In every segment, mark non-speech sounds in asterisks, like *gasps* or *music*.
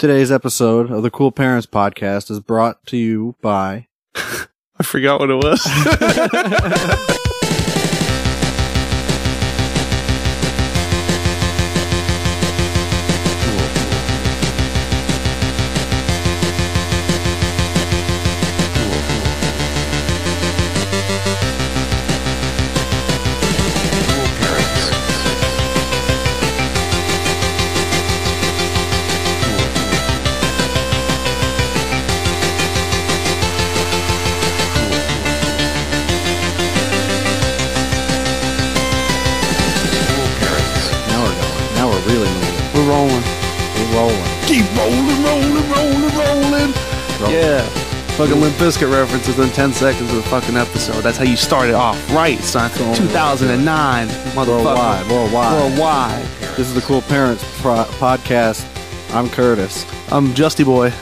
Today's episode of the Cool Parents Podcast is brought to you by I forgot what it was. Now we're going. Now we're really moving. We're rolling. We're rolling. Keep rolling, rolling, rolling, rolling. Rolling. Yeah. Fucking Limp Biscuit references in 10 seconds of the fucking episode. That's how you started off right, son. 2009. Motherfucker. Worldwide, worldwide. Worldwide. This is the Cool Parents pro- Podcast. I'm Curtis, I'm Justy Boy.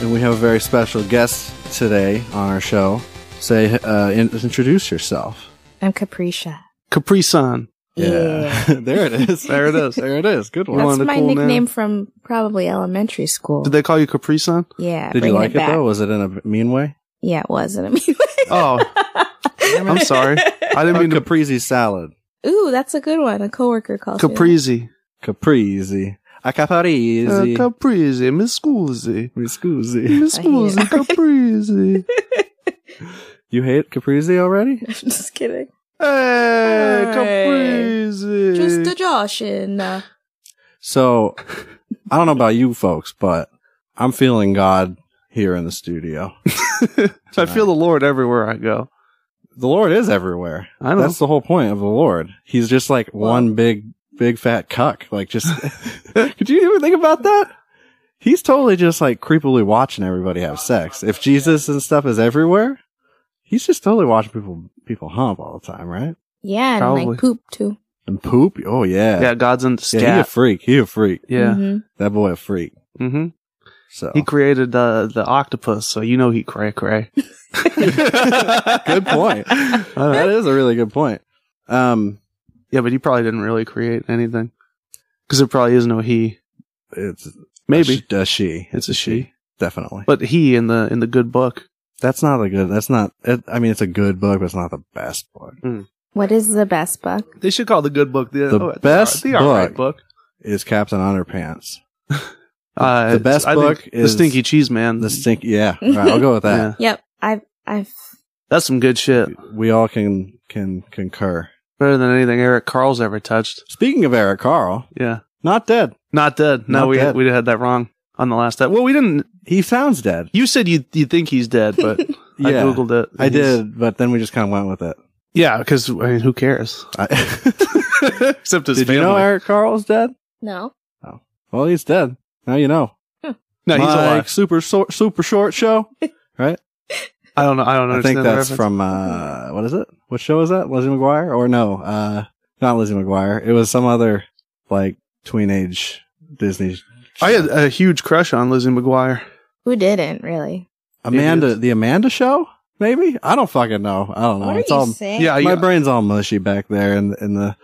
and we have a very special guest today on our show. Say, uh, in- introduce yourself. I'm Capricia. Capri Sun. *laughs* there it is. There it is. There it is. Good one. Well, That's the my cool name. nickname from probably elementary school. Did they call you Capri Sun? yeah. Did you bringing like it, back. though? Was it in a mean way? Yeah, it was. *laughs* And I mean, *laughs* Oh, I'm sorry. I didn't I mean mean, to. caprese salad. ooh, that's a good one. A coworker Oh, calls me that. Caprizi. Caprese. A Uh, caprese. Caprizi. Miss Scusi. Me scusi. Miss I hate it *laughs* Scusi. Caprizi. You hate caprese already? *laughs* I'm just kidding. Eh, Hey, Hey. Caprizi. Just a Josh and uh, So, I don't know about you folks, but I'm feeling God here in the studio. I feel the Lord everywhere I go. The Lord is everywhere. I know. That's the whole point of the Lord. He's just like one big, big fat cuck. Like, *laughs* just *laughs* could you even think about that? He's totally just like creepily watching everybody have sex. If Jesus and stuff is everywhere, he's just totally watching people people hump all the time, right? yeah, and Probably. like poop too. And poop. Oh yeah, Yeah, God's in the Yeah, he a scat. freak. He a freak. Yeah. Mhm. That boy a freak. hmm So He created the the octopus, so you know he cray cray. good *laughs* Good point. that is a really good point. Um, *laughs* Yeah, but he probably didn't really create anything because there probably is no he. it's Maybe a sh- a she. it's a she, Definitely. but he in the in the good book. That's not a good. That's not. It, I mean, it's a good book, but it's not the best book. What is the best book? They should call the good book the, The oh, best the, all right book. book. It's Captain Underpants. Uh, the best I think book the is- Stinky Cheese Man. The stink. Yeah, All right, I'll go with *laughs* that. Yep. I've, I've, That's some good shit. We all can can concur. Better than anything Eric Carl's ever touched. Speaking of Eric Carl, Yeah, not dead. not dead. No, Not we dead. we had that wrong on the last. Time. Well, we didn't. He sounds dead. You said you you think he's dead, *laughs* but I Yeah. googled it. I He's- did, but then we just kind of went with it. Yeah, because I mean, who cares? I, *laughs* Except his did family. you know Eric Carl's dead? no. Well, he's dead. Now you know. No, he's Mike, alive. Super so- super short show. I don't know. I don't I understand think the that's reference. from uh what is it? What show is that? Lizzie McGuire or no? Uh not Lizzie McGuire. It was some other like teenage Disney. I had a huge crush on Lizzie McGuire. Who didn't really? Amanda Idiots. the Amanda show? Maybe? I don't fucking know. I don't know. what are it's you all uh, saying? Yeah, my you- brain's all mushy back there in in the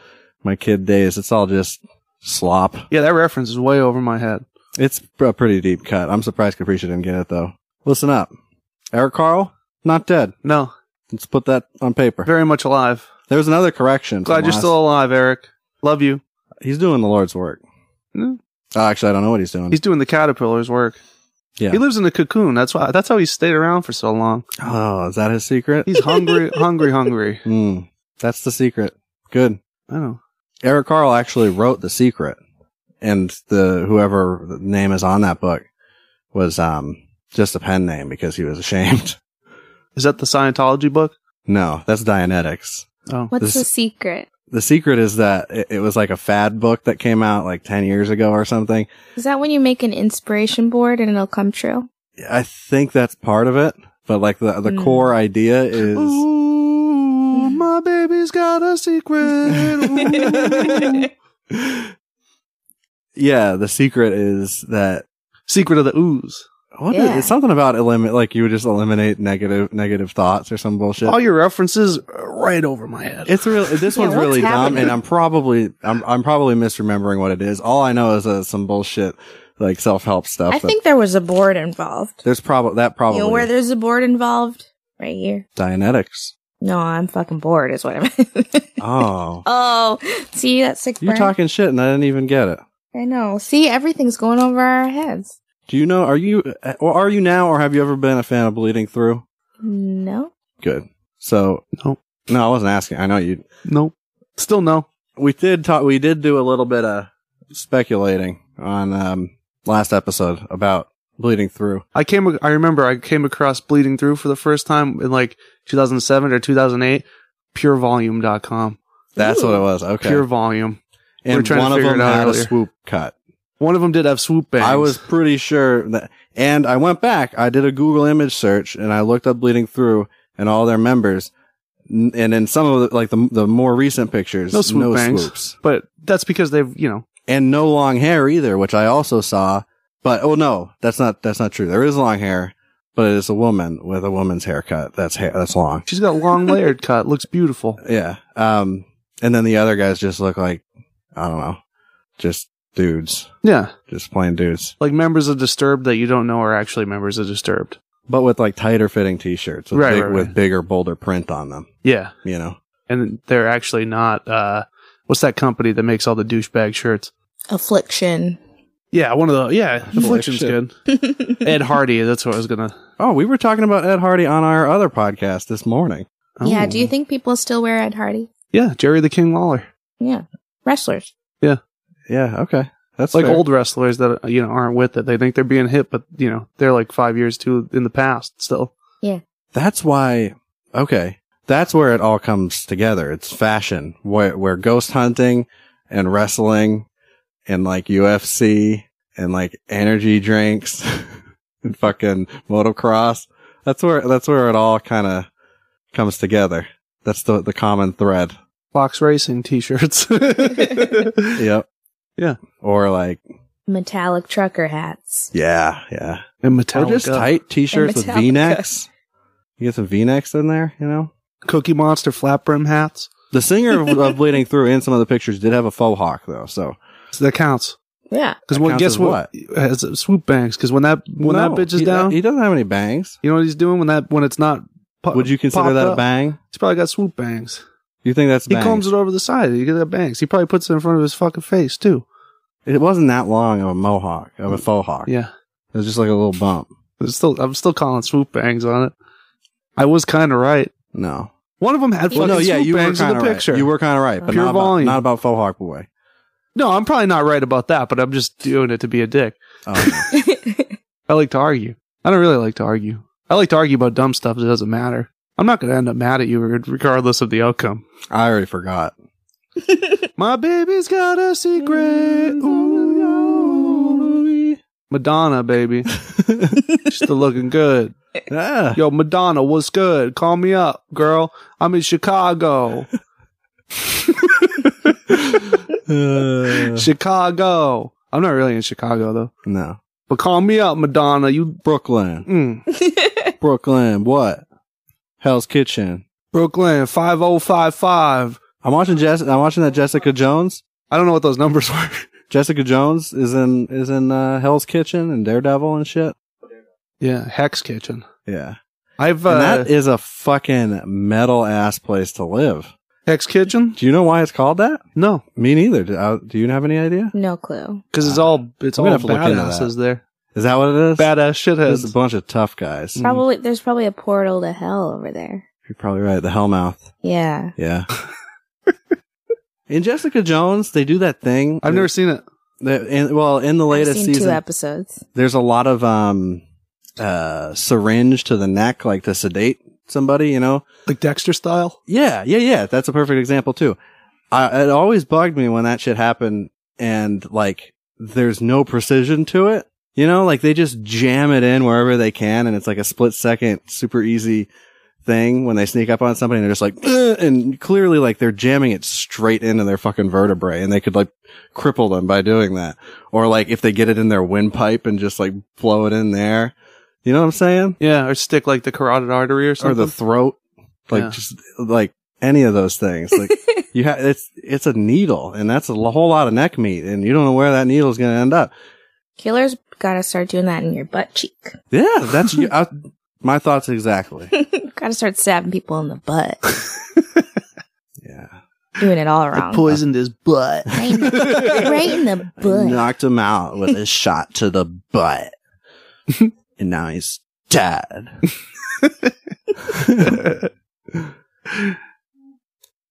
my kid days. It's all just slop. yeah, that reference is way over my head. It's a pretty deep cut. I'm surprised Capricia didn't get it though. Listen up. Eric Carl, not dead. No, Let's put that on paper. very much alive. There was another correction. Glad from you're last- still alive, Eric. Love you. He's doing the Lord's work. No. Uh, actually, I don't know what he's doing. He's doing the caterpillar's work. Yeah. He lives in a cocoon. That's why. That's how he stayed around for so long. oh, is that his secret? He's *laughs* hungry, hungry, hungry. Hmm. that's the secret. Good. I don't know. Eric Carl actually wrote the secret, and the whoever the name is on that book was um just a pen name because he was ashamed. *laughs* Is that the Scientology book? No, that's Dianetics. Oh, What's This- the secret? the secret is that it, it was like a fad book that came out like 10 years ago or something. Is that when you make an inspiration board and it'll come *laughs* true? I think that's part of it, but like the, the Mm. core idea is *laughs* Ooh, my baby's got *laughs* a secret. Ooh. yeah, the secret is that secret of the ooze. what is Yeah. it's something about eliminate like you would just eliminate negative negative thoughts or some bullshit. All your references are right over my head. It's real. This Yeah, one's what's really dumb, happening? and I'm probably I'm I'm probably misremembering what it is. All I know is uh, some bullshit like self help stuff. I that- think there was a board involved. there's probably that You probably know where there's a board involved? Right here. Dianetics. No, I'm fucking bored is what I meant. Oh, *laughs* oh, see that sick you're burn? talking shit, and I didn't even get it. I know. See, everything's going over our heads. Do you know? Are you uh, or are you now, or have you ever been a fan of bleeding through? No. Good. So No. no, I wasn't asking. I know you. nope. Still no. We did talk. We did do a little bit of speculating on um last episode about bleeding through. I came. I remember I came across bleeding through for the first time in like 2007 or 2008. PureVolume.com. That's what it was. Okay. Pure volume. we were and trying to one of figure them it out had earlier. a swoop cut. One of them did have swoop bangs. I was pretty sure that, and I went back. I did a Google image search and I looked up bleeding through and all their members, N- and then some of the, like the the more recent pictures, No swoop bangs. swoops, but that's because they've you know and no long hair either, which I also saw. But oh no, that's not that's not true. There is long hair, but it's a woman with a woman's haircut. That's hair that's long. she's got *laughs* long layered cut. Looks beautiful. Yeah. Um, and then the other guys just look like I don't know, just dudes, Yeah, just plain dudes. like members of Disturbed that you don't know are actually members of Disturbed. but with like tighter fitting t-shirts with, Right, big, right, right. with bigger bolder print on them Yeah, you know and they're actually not. uh What's that company that makes all the douchebag shirts? Affliction. Yeah, one of the yeah. Affliction's Affliction. *laughs* good. Ed Hardy. That's what I was gonna. oh we were talking about ed hardy on our other podcast this morning Yeah, Oh. do you think people still wear Ed Hardy? Yeah, Jerry the King Lawler. Yeah. Wrestlers. yeah okay that's It's like fair. old wrestlers that you know aren't with it. They think they're being hit, but you know they're like five years too in the past still. that's why okay that's where it all comes together it's fashion where, where ghost hunting and wrestling and like ufc and like energy drinks *laughs* and fucking motocross that's where that's where it all kind of comes together that's the the common thread Fox *laughs* Racing T-shirts. *laughs* and Yep. Yeah. Or like, Metallic trucker hats. yeah, yeah. Metallica. Or just tight t-shirts with Metallica. V-necks. You get some V-necks in there, you know? Cookie Monster flat brim hats. The singer of, *laughs* of Bleeding Through in some of the pictures did have a faux hawk though, so. So that counts. Yeah. Because That when counts guess as what? Has swoop bangs. Because when that when No, that bitch is he- down, He doesn't have any bangs. you know what he's doing when that when it's not. pu- Would you consider popped that a up? bang? He's probably got swoop bangs. You think that's He bangs? combs it over the side. You get that bangs. He probably puts it in front of his fucking face too. it wasn't that long of a mohawk, of a faux hawk. Yeah. It was just like a little bump. It's still, I'm still calling swoop bangs on it. I was kind of right. No. One of them had fucking Well, no, yeah, swoop you were bangs in kind the of picture. right. You were kind of right, but Pure not about, volume. not about faux hawk boy. no, I'm probably not right about that, but I'm just doing it to be a dick. Oh, *laughs* I like to argue. I don't really like to argue. I like to argue about dumb stuff that doesn't matter. I'm not going to end up mad at you re- regardless of the *laughs* outcome. I already *laughs* forgot. *laughs* My baby's got *laughs* a secret. Ooh. Madonna, baby. She's still looking good. Ah. Yo, Madonna, what's good? Call me up, girl. I'm in Chicago. Uh, Chicago. I'm not really in Chicago though. no. But call me up, Madonna. You Brooklyn. *laughs* mm, Brooklyn, what? Hell's Kitchen. Brooklyn five oh five five. I'm watching Jess. I'm watching that Jessica Jones. I don't know what those numbers *laughs* were. Jessica Jones is in is in uh, Hell's Kitchen and Daredevil and shit. yeah, Hex Kitchen. Yeah, I've and uh, that is a fucking metal ass place to live. Hex Kitchen. Do you know why it's called that? No, Me neither. Do, uh, do you have any idea? no clue. because it's all it's Uh, I'm gonna all have to look into that. badasses there. Is that what it is? Badass It's a shitheads. bunch of tough guys. Mm. Probably there's probably a portal to hell over there. You're probably right. The Hellmouth. Yeah. *laughs* Yeah. in Jessica Jones, they do that thing. I've never seen it. that- in, well, in the I've latest seen season, two episodes. there's a lot of um uh syringe to the neck like to sedate somebody you know Like Dexter style. yeah yeah yeah that's a perfect example too I, it always bugged me when that shit happened and like there's no precision to it. You know, like they just jam it in wherever they can and it's like a split second, super easy thing when they sneak up on somebody and they're just like, "Ugh," and clearly like they're jamming it straight into their fucking vertebrae and they could like cripple them by doing that. Or like if they get it in their windpipe and just like blow it in there. You know what I'm saying? Yeah, or stick like the carotid artery or or something. the throat, like Yeah. just like any of those things. Like you have it's it's a needle, and that's a l- whole lot of neck meat, and you don't know where that needle's going to end up. *laughs* Killers gotta start doing that in your butt cheek. Yeah, that's you, I, my thoughts exactly. gotta start stabbing people in the butt. Yeah, doing *laughs* it all I wrong. poisoned his *laughs* butt. right, in the- right in the I butt. knocked him out with a shot to the butt, and now he's dead.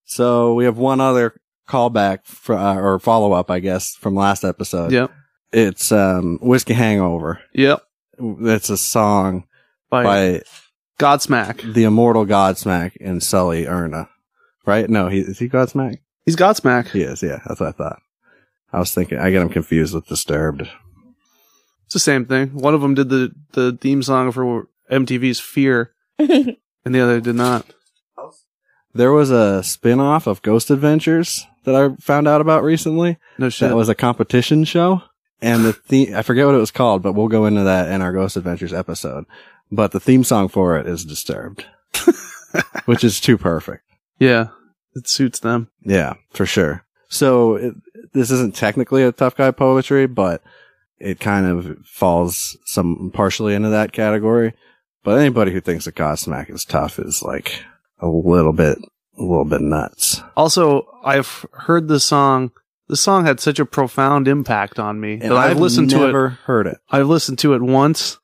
so we have one other callback for, uh, or follow up, I guess, from last episode. *laughs* Yep. It's um, whiskey hangover. Yep. That's a song By, by Godsmack. the immortal Godsmack and Sully Erna. Right? No, he, is he Godsmack? He's Godsmack. He is. Yeah, that's what I thought. I was thinking. I get him confused with Disturbed. It's the same thing. One of them did the, the theme song for MTV's Fear, and the other did not. There was a spin off of Ghost Adventures that I found out about recently. No shit. That was a competition show. And the theme, I forget what it was called, but we'll go into that in our Ghost Adventures episode. But the theme song for it is *laughs* Disturbed, which is too perfect. yeah, it suits them. Yeah, for sure. So it, this isn't technically a tough guy poetry, but it kind of falls some partially into that category. But anybody who thinks that Godsmack is tough is like a little bit, a little bit nuts. Also, I've heard the song. The song had such a profound impact on me that I've, listened to it never heard it. I've listened to it once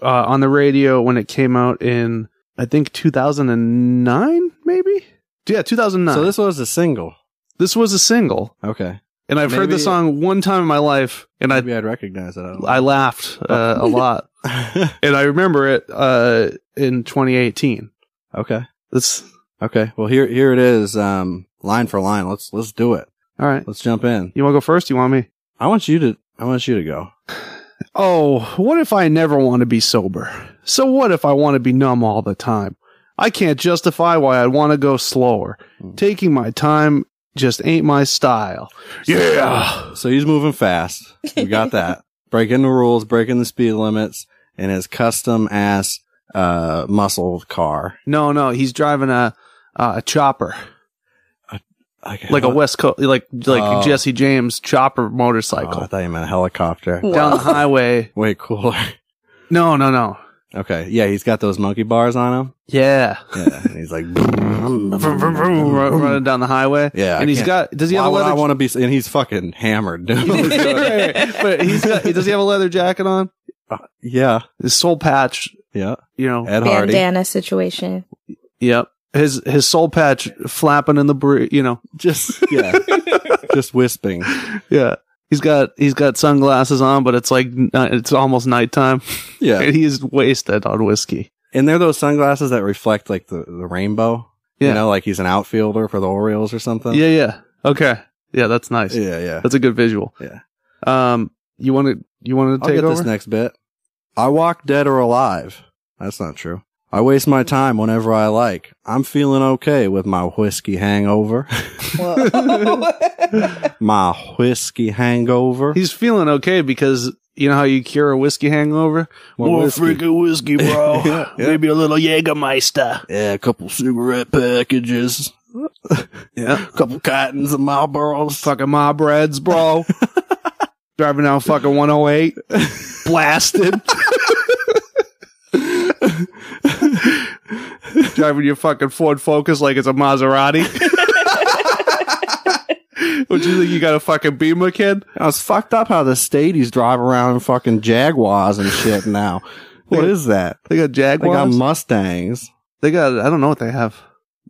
uh, on the radio when it came out in I think 2009, maybe. Yeah, 2009. So this was a single. this was a single, Okay, and I've heard the Maybe- song one time in my life, and I maybe I'd recognize it. I don't I laughed uh, *laughs* a lot, know. and I remember it uh, in 2018. *laughs* okay, That's okay. Well, here, here it is, um, line for line. Let's let's do it. all right. Let's jump in. You want to go first? You want me? I want you to. I want you to go. Oh, what if I never want to be sober? So what if I want to be numb all the time? I can't justify why I'd want to go slower. Hmm. Taking my time just ain't my style. Yeah. So he's moving fast. We got that. breaking the rules, breaking the speed limits in his custom ass uh muscle car. No, no, he's driving a uh, a chopper, like a West Coast, like like Oh. Jesse James chopper Oh, I motorcycle thought you meant a helicopter. Whoa. down the highway. Way cooler. *laughs* No, no, no. Okay. Yeah, he's got those monkey bars on him. Yeah, Yeah. And he's like *laughs* Vroom, vroom, vroom, run- running down the highway. Yeah, I and he's can't- got. Does he Why have a would I leather? want to be and he's fucking hammered, *laughs* dude. *laughs* Right, right, right. But he's got. Does he have a leather jacket on? Uh, yeah. His soul patch Yeah. you know. Ed Hardy. Bandana situation. Eh, Yep. His his soul patch flapping in the breeze, you know. Just *laughs* yeah. Just wisping. Yeah. He's got he's got sunglasses on, but it's like n- uh, it's almost nighttime. Yeah. *laughs* And he's wasted on whiskey. And they're those sunglasses that reflect like the, the rainbow. Yeah. You know, like he's an outfielder for the Orioles or something. yeah, yeah. Okay. Yeah, that's nice. Yeah, yeah. That's a good visual. Yeah. Um you want to you want to I'll take get over? this next bit. I walk dead or alive. That's not true. I waste my time whenever I like. I'm feeling okay with my whiskey *laughs* hangover. my whiskey hangover. He's feeling okay because you know how you cure a whiskey hangover? More whiskey. whiskey, *laughs* Yeah, yeah. Maybe a little Jägermeister. Yeah, a couple cigarette packages. Yeah. A couple cottons and Marlboros. fucking my *laughs* breads, bro. Driving down fucking 108, *laughs* blasted. Driving your fucking Ford Focus like it's a Maserati. Would you think you got a fucking Beamer, kid? I was fucked up how the stadies drive around in fucking Jaguars and shit now. what is that? *laughs* They got They got Jaguars. Mustangs. They got, I don't know what they have.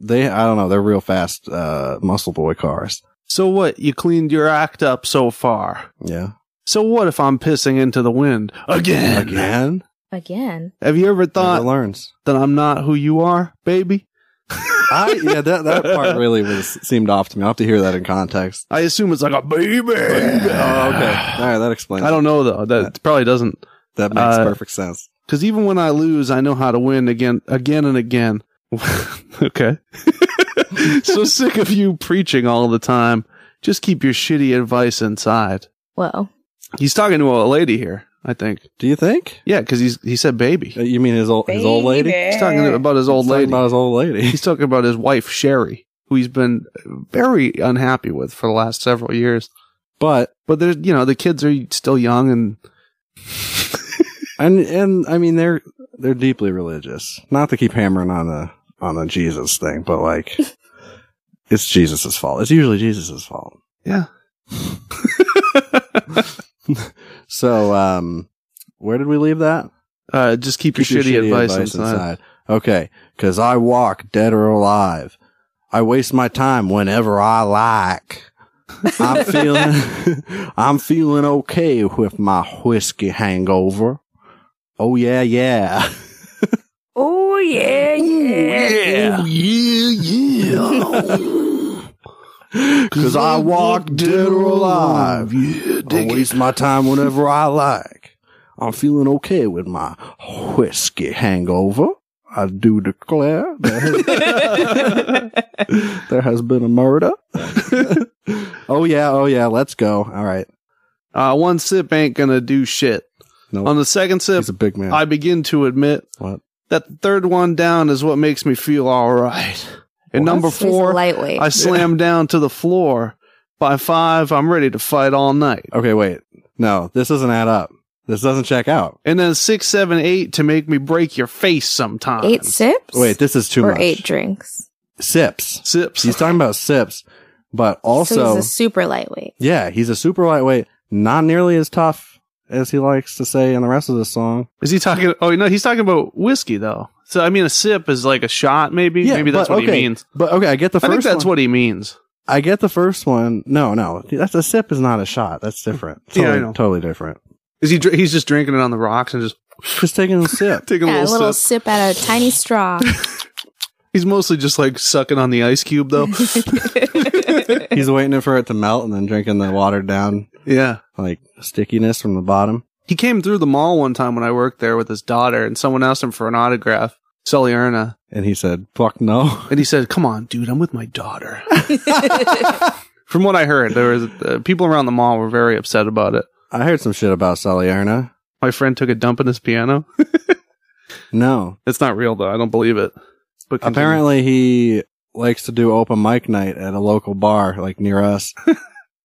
They, I don't know, they're real fast, uh, muscle boy cars. So what? You cleaned your act up so far. Yeah. So what if I'm pissing into the wind again? Again? Again. Have you ever Never thought learns. that I'm not who you are, baby? I, yeah, that, that part really was seemed off to me. I'll have to hear that in context. I assume it's like a *laughs* baby. Oh, okay. All right, that explains. I don't know though. That probably doesn't. it. That makes uh, perfect sense. Because even when I lose, I know how to win again, again and again. *laughs* okay. *laughs* so sick of you preaching all the time. Just keep your shitty advice inside. Whoa. He's talking to a lady here, I think. Do you think? Yeah, because he's he said Uh, baby. You mean his old his old lady? Baby. He's talking about his old He's talking lady. about his old lady. *laughs* He's talking about his wife Sherry, who he's been very unhappy with for the last several years. But But there's you know the kids are still young and and and I mean they're they're deeply religious. Not to keep hammering on the on the Jesus thing, but like it's Jesus's fault. It's usually Jesus's fault. Yeah. so um where did we leave that? uh, just keep, your, shitty, advice, inside. Okay, cuz I walk dead or alive. I waste my time whenever I like. I'm feeling *laughs* I'm feeling okay with my whiskey hangover. Oh yeah, yeah. *laughs* Oh yeah, yeah. Yeah. yeah, yeah. *laughs* Cause I walk dead or alive. Yeah, I waste my time *laughs* whenever I like. I'm feeling okay with my whiskey hangover. I do declare there has, *laughs* there has been a murder. oh yeah, oh yeah, let's go. All right. Uh, one sip ain't gonna do shit. Nope. On the second sip, He's a big man. I begin to admit What? that the third one down is what makes me feel all right. And number He's a four, lightweight. I slam *laughs* down to the floor. By five, I'm ready to fight all night. okay, wait. No, this doesn't add up. This doesn't check out. And then six, seven, eight to make me break your face sometimes. eight sips? Wait, this is too Or much. eight drinks. Sips. sips. He's talking about sips, but also so he's a super lightweight. yeah, he's a super lightweight, not nearly as tough as he likes to say in the rest of the song. Is he talking? Oh no, he's talking about whiskey though. So I mean, a sip is like a shot, maybe. Yeah, maybe that's but- what okay, he means. But okay, I get the I first. think that's one. what he means. I get the first one. No, no, that's a sip is not a shot. That's different. Yeah, I Totally, know. totally different. Is he? dr- He's just drinking it on the rocks and just Just taking a *laughs* sip. taking Yeah, a little sip out of a tiny straw. He's mostly just like sucking on the ice cube *laughs* though. he's waiting for it to melt and then drinking the watered down yeah. like stickiness from the bottom. He came through the mall one time when I worked there with his daughter and someone asked him for an autograph, Sully Erna. And he said, "Fuck no." *laughs* And he said, Come on, dude, I'm with my daughter. From what I heard, there was uh, people around the mall were very upset about it. I heard some shit about Salierna. My friend took a dump in his piano. No, It's not real though. I don't believe it. But continue. Apparently, he likes to do open mic night at a local bar, like near *laughs* us. We're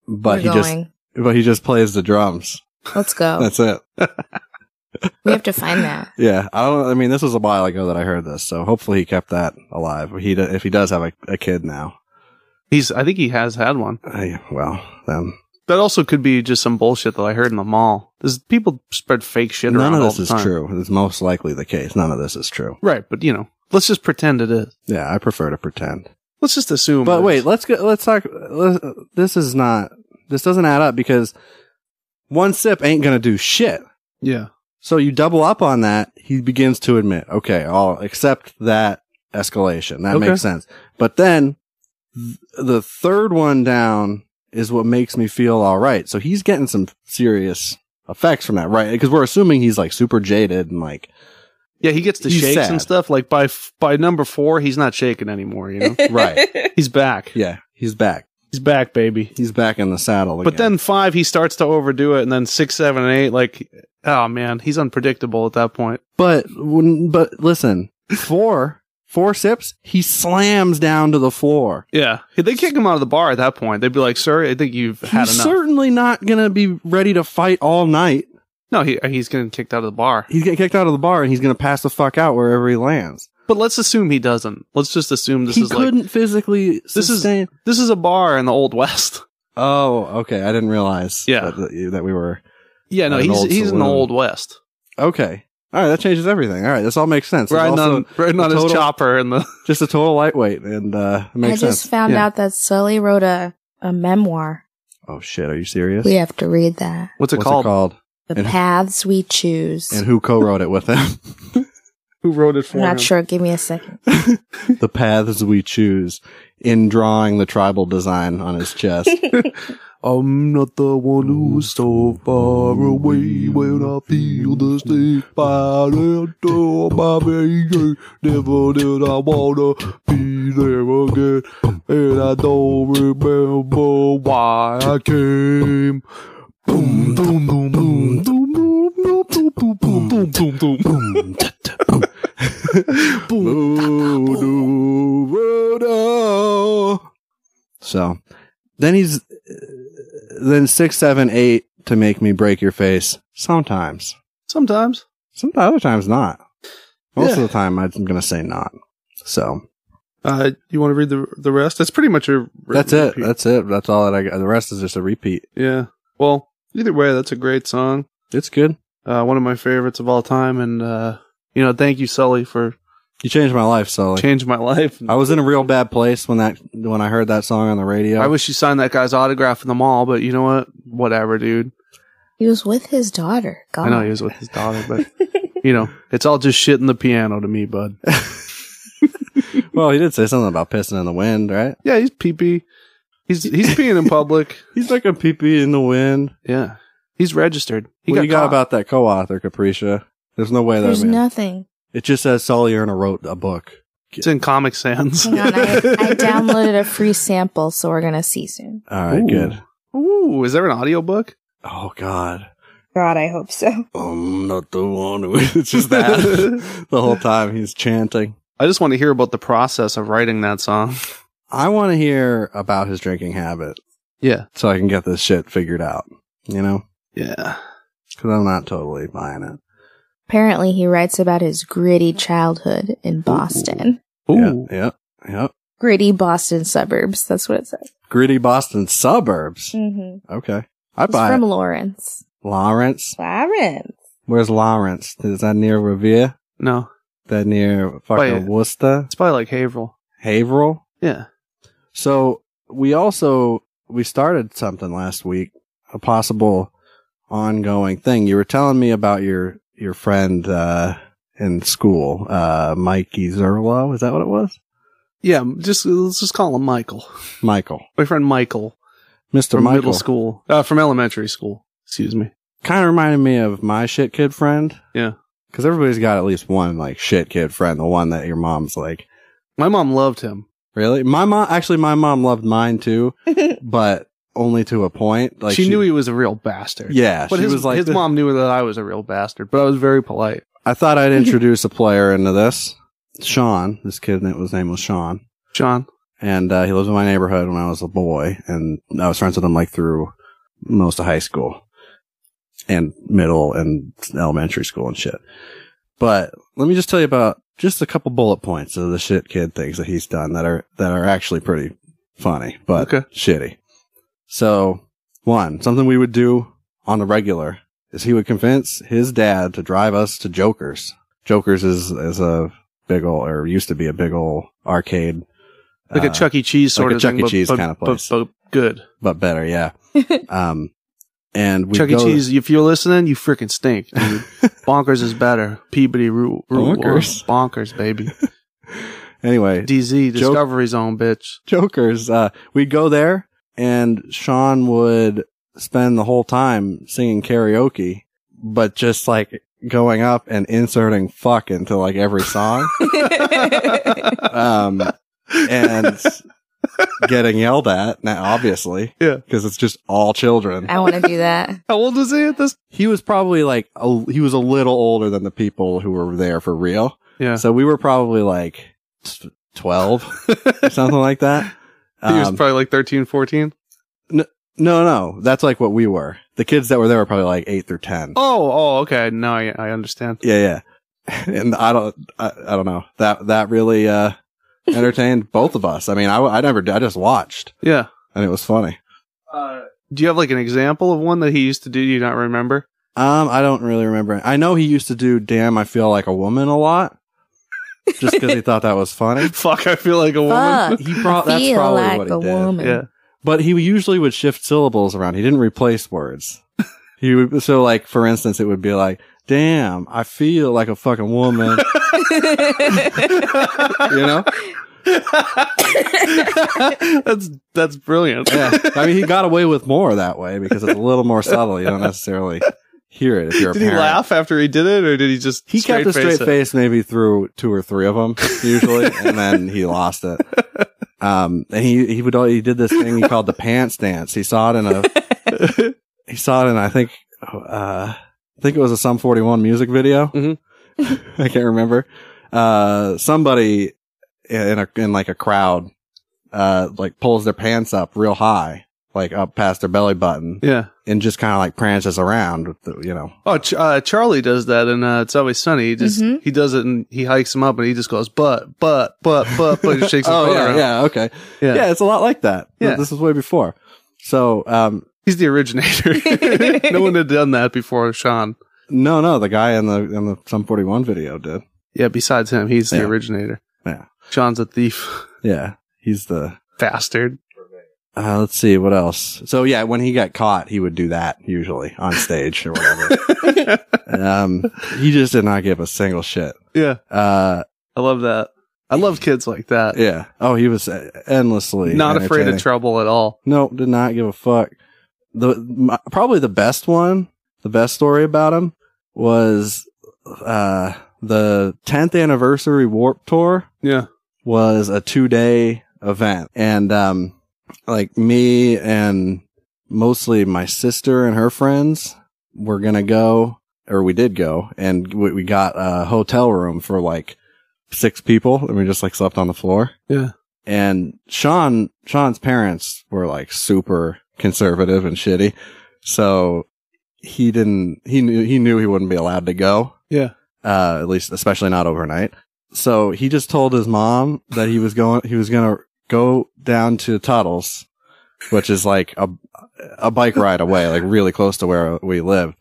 But he just, going. but he just plays the drums. Let's Oh. *laughs* go. That's it. We have to find that. Yeah, I don't. I mean, this was a while ago that I heard this, so hopefully he kept that alive. He, do- if he does have a, a kid now, he's. I think he has had one. I, well, then That also could be just some bullshit that I heard in the mall. There's people spread fake shit around. none of all this the is time. true. It's most likely the case. None of this is true. right? But you know, let's just pretend it is. Yeah, I prefer to pretend. Let's just assume. it But is. wait, let's go. Let's talk. Let's, this is not. This doesn't add up because one sip ain't gonna do shit. yeah, So you double up on that. He begins to admit, okay, I'll accept that escalation. That Okay. makes sense. But then th- the third one down is what makes me feel all right. So he's getting some serious effects from that, right? Because we're assuming he's like super jaded and like, yeah, he gets the He's shakes sad. and stuff. Like by f- by number four, he's not shaking anymore. *laughs* You know, *laughs* right. he's back. Yeah. Oh, He's back. He's back, baby. He's back in the saddle. But then five, he starts to overdo it, and then six, seven, and eight, like, oh man, he's unpredictable at that point. But when, but listen, four, four sips, he slams down to the floor. Yeah, they kick him out of the bar at that point. They'd be like, "Sir, I think you've had He's enough." certainly not going to be ready to fight all night. No, he, uh, he's getting kicked out of the bar. He's getting kicked out of the bar and he's going to pass the fuck out wherever he lands. But let's assume he doesn't. Let's just assume this he is like couldn't physically is- sustain. this is a bar in the old west. *laughs* oh, okay. I didn't realize Yeah. that, that, that we were. Yeah, no, An he's old he's in the saloon. old west. Okay. All right. That changes everything. All right. This all makes sense. It's riding also on riding a on his total- chopper and the *laughs* Just a total lightweight and uh, it I makes just sense. found Yeah. out that Sully wrote a, a memoir. Oh, shit. Are you serious? We have to read that. what's it What's called? it called? The And- paths we choose. *laughs* And who co wrote it with him? Who wrote it for I'm him? not sure. Give me a second. the paths we choose in drawing the tribal design on his *laughs* chest. I'm not the one who's so far away when I feel the state by the door by me. Never did I wanna be there again, and I don't remember why I came. Boom, boom, boom, boom, boom, boom, boom, boom, boom, boom, boom, boom, boom, boom, boom, boom, boom, so then he's then six, seven, eight to make me break your face. Sometimes, Sometimes. some other times not. Most Yeah. of the time, I'm gonna say not. So Uh, you want to read the the rest? That's pretty much a. re- that's it. repeat. That's it. That's all that I got. The rest is just a repeat. yeah. Well, either way, that's a great song. It's good. Uh, one of my favorites of all time, and uh, you know, thank you, Sully, for You changed my life, Sully. Oh, changing my life. I was in a real bad place when that when I heard that song on the radio. I wish you signed that guy's autograph in the mall, but you know what? Whatever, dude. He was with his daughter. God. I know he was with his daughter, *laughs* but you know, it's all just shit in the piano to me, bud. well, he did say something about pissing in the wind, right? Yeah, he's pee pee. He's he's peeing in public. *laughs* He's like a pee pee in the wind. Yeah, he's registered. He what do you got caught. about that co-author, Capricia? There's no way that There's man. nothing. it just says Sully Erna wrote a book. It's in Comic Sans. Hang on. *laughs* I, *laughs* I downloaded a free sample, so we're gonna see soon. All right, Ooh. good. Ooh, is there *laughs* an audiobook? Oh God, God, I hope so. I'm not the one. Who, *laughs* it's just that *laughs* the whole time he's chanting. I just want to hear about the process of writing that song. I want to hear about his drinking habit Yeah. so I can get this shit figured out. You know, Yeah. because I'm not totally buying it. Apparently, he writes about his gritty childhood in Boston. Ooh. Yeah, yeah, yeah. Gritty Boston suburbs. That's what it says. Gritty Boston suburbs. Mm-hmm. Okay, I It's buy from it. Lawrence. Lawrence. *laughs* Clarence. Where's Lawrence? Is that near Revere? No. That near fucking Wait. Worcester? It's probably like Haverhill. Haverhill? Yeah. So we also we started something last week, a possible ongoing thing. You were telling me about your your friend uh in school, uh Mikey Zerlo, is that what it was? Yeah. m- Just let's just call him Michael. Michael. My friend Michael Mr. from Michael middle school, uh, from elementary school. Excuse me. kind of reminded me of my shit kid friend. Yeah. Cuz everybody's got at least one like shit kid friend, the one that your mom's like, My mom loved him. "Really?" My mom actually my mom loved mine too, but only to a point. Like she, knew he was a real bastard. Yeah, But she his, was like his mom knew that I was a real bastard, but I was very polite. I thought *laughs* I'd introduce a player into this. Sean, this kid, na- his name was Sean, John. and uh, he lived in my neighborhood when I was a boy, and I was friends with him like through most of high school and middle and elementary school and shit. But let me just tell you about just a couple bullet points of the shit kid things that he's done that are that are actually pretty funny, but Okay. shitty. So, one something we would do on the regular is he would convince his dad to drive us to Joker's. Joker's is is a big ol' or used to be a big ol' arcade, Like uh, a Chuck E. Cheese sort like a of Chuck thing. E. but- Cheese but- kinda but- place. But, good. but better, yeah. *laughs* um, and we Chuck E. go to- Cheese, if you're listening, you freaking stink, dude. *laughs* Bonkers is better. Peabody Root. Bonkers. Bonkers, *laughs* baby. *laughs* anyway, DZ, Joke- Discovery *laughs* Zone, bitch. Joker's. Uh, we'd go there, and Sean would spend the whole time singing karaoke, but just like going up and inserting fuck into like every *laughs* song, um, *laughs* and getting yelled at. Now, obviously, Yeah. because it's just all children. I want to do that. *laughs* How old is he *laughs* at this? He was probably like a, he was a little older than the people who were there for real. Yeah. So we were probably like t- twelve or something like *laughs* that. he was Um, probably like 13, 14. No, no, that's like what we were. The kids that were there were probably like eight through ten. Oh, oh, okay. Now I, I understand. Yeah, *laughs* yeah. And I don't, I, I don't know. That that really uh entertained both of us. I mean, I, I never, did. I just watched, Yeah. and it was funny. Uh, do you have like an example of one that he used to do you not remember? *laughs* Um, I don't really remember. I know he used to do "Damn, I feel like a woman" a lot, just because he *laughs* thought that was funny. Fuck, I feel like a woman. Fuck. He brought Oh, that's Feel probably like what a he did. woman. *laughs* *laughs* Yeah. But he usually *laughs* would shift syllables around. He didn't replace words. He would so like for instance, it would be like damn, I feel like a fucking woman. you know? that's that's brilliant. Yeah. I mean, he got away with more that way because it's a little more subtle. You don't necessarily hear it if you're a Did he parent. laugh after he did it, or did he just He kept a straight it? face maybe through two or three of them usually, and then he lost it. Um, and he he would al- he did this thing he called the pants dance. He saw it in a he saw it in I think uh I think it was a Sum 41 music video. Mhm. *laughs* I can't remember. Uh, somebody in a in like a crowd uh like pulls their pants up real high, like up past their belly button, *laughs* Yeah. and just kind of like prances around, with the, you know. Oh, Ch- uh, Charlie does that, and uh, it's always sunny. He just he does it, and he hikes him up, and he just goes but but but but but *laughs* he shakes his Oh butt yeah, around. yeah, okay. Yeah. Yeah. it's a lot like that. Th- Yeah. This is way before. So, um, He's the originator. *laughs* no one had done that before Sean. no, no, the guy in the, in the Sum 41 video did. Yeah, besides him, he's the Yeah. originator. Yeah. Sean's a thief. *laughs* Yeah. He's the, Bastard. uh, let's see what else. So yeah, when he got caught, he would do that usually on stage or whatever. *laughs* um, he just did not give a single shit. yeah. Uh, I love that. I love kids like that. yeah. Oh, he was uh, endlessly Not afraid entertaining. of trouble at *laughs* all. Nope, did not give a fuck. The my, probably the best one, the best story about him was uh the 10th anniversary Warp Tour Yeah. was a 2-day event and um like me and mostly my sister and her friends were going to go or we did go and we, we got a hotel room for like six people and we just like slept on the floor and Sean Sean's parents were like super conservative and shitty, so he didn't he knew he knew he wouldn't be allowed to go. Yeah. uh, at least especially not overnight. So he just told his mom that he was going he was gonna go down to Tuttle's, which is like a a bike ride away, like really close to where we live,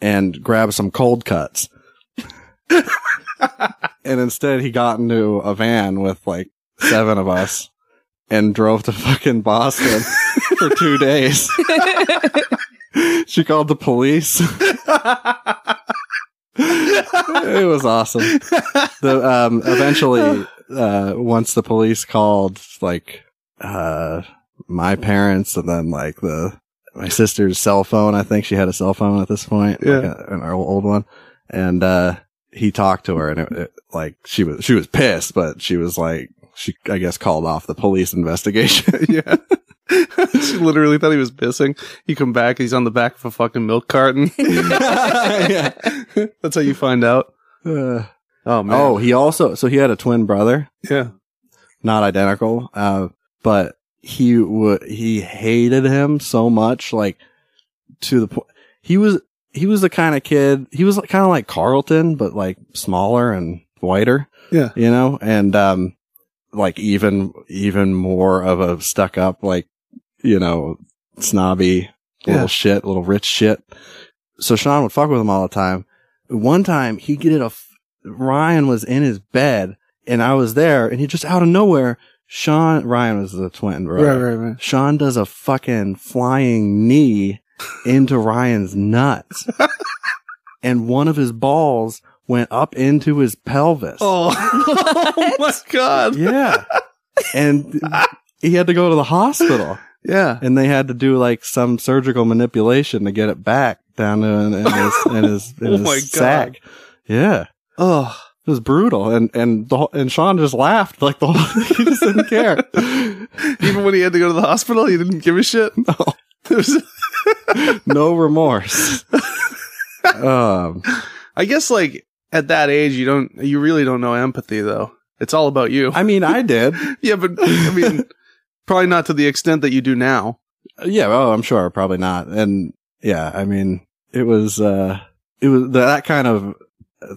and grab some cold cuts. and instead, he got into a van with like seven of us and drove to fucking Boston for two days. she called the police. it was awesome. The um eventually uh once the police called like uh my parents and then like the my sister's cell phone, I think she had a cell phone at this point, like Yeah. a- an old old one. And uh he talked to her and it, it like she was she was pissed, but she was like she I guess called off the police investigation. *laughs* yeah. she literally thought he was pissing. You come back, he's on the back of a fucking milk *laughs* carton. Yeah. That's how you find out. Uh, Oh man. oh, he also so he had a twin brother, yeah. not identical, uh, but he would he hated him so much, like to the point he was he was the kind of kid he was kind of like Carlton, but like smaller and whiter. Yeah. you know, and um, like even even more of a stuck up, like you know, snobby little Yeah. shit, little rich shit. So Sean would fuck with him all the time. One time he did a f- Ryan was in his bed and I was there and he just out of nowhere Sean Ryan was the twin brother. right. Sean does a fucking flying knee into Ryan's *laughs* nuts. and one of his balls went up into his pelvis. Oh, *laughs* oh my god. Yeah. and he had to go to the hospital *laughs* Yeah. and they had to do like some surgical manipulation to get it back down to in, in his, in his, in *laughs* Oh his my God. sack. Yeah. Oh. It was brutal. And, and the, whole- and Sean just laughed like the whole, *laughs* he just didn't care. *laughs* Even when he had to go to the hospital, he didn't give *laughs* a shit. No. no *laughs* remorse. um, I guess like at that age, you don't, you really don't know empathy though. It's all about you. *laughs* I mean, I did. *laughs* yeah, but I mean, probably not to the extent that you do now. Yeah. Oh, I'm sure. Probably not. And yeah, I mean, it was, uh, it was that kind of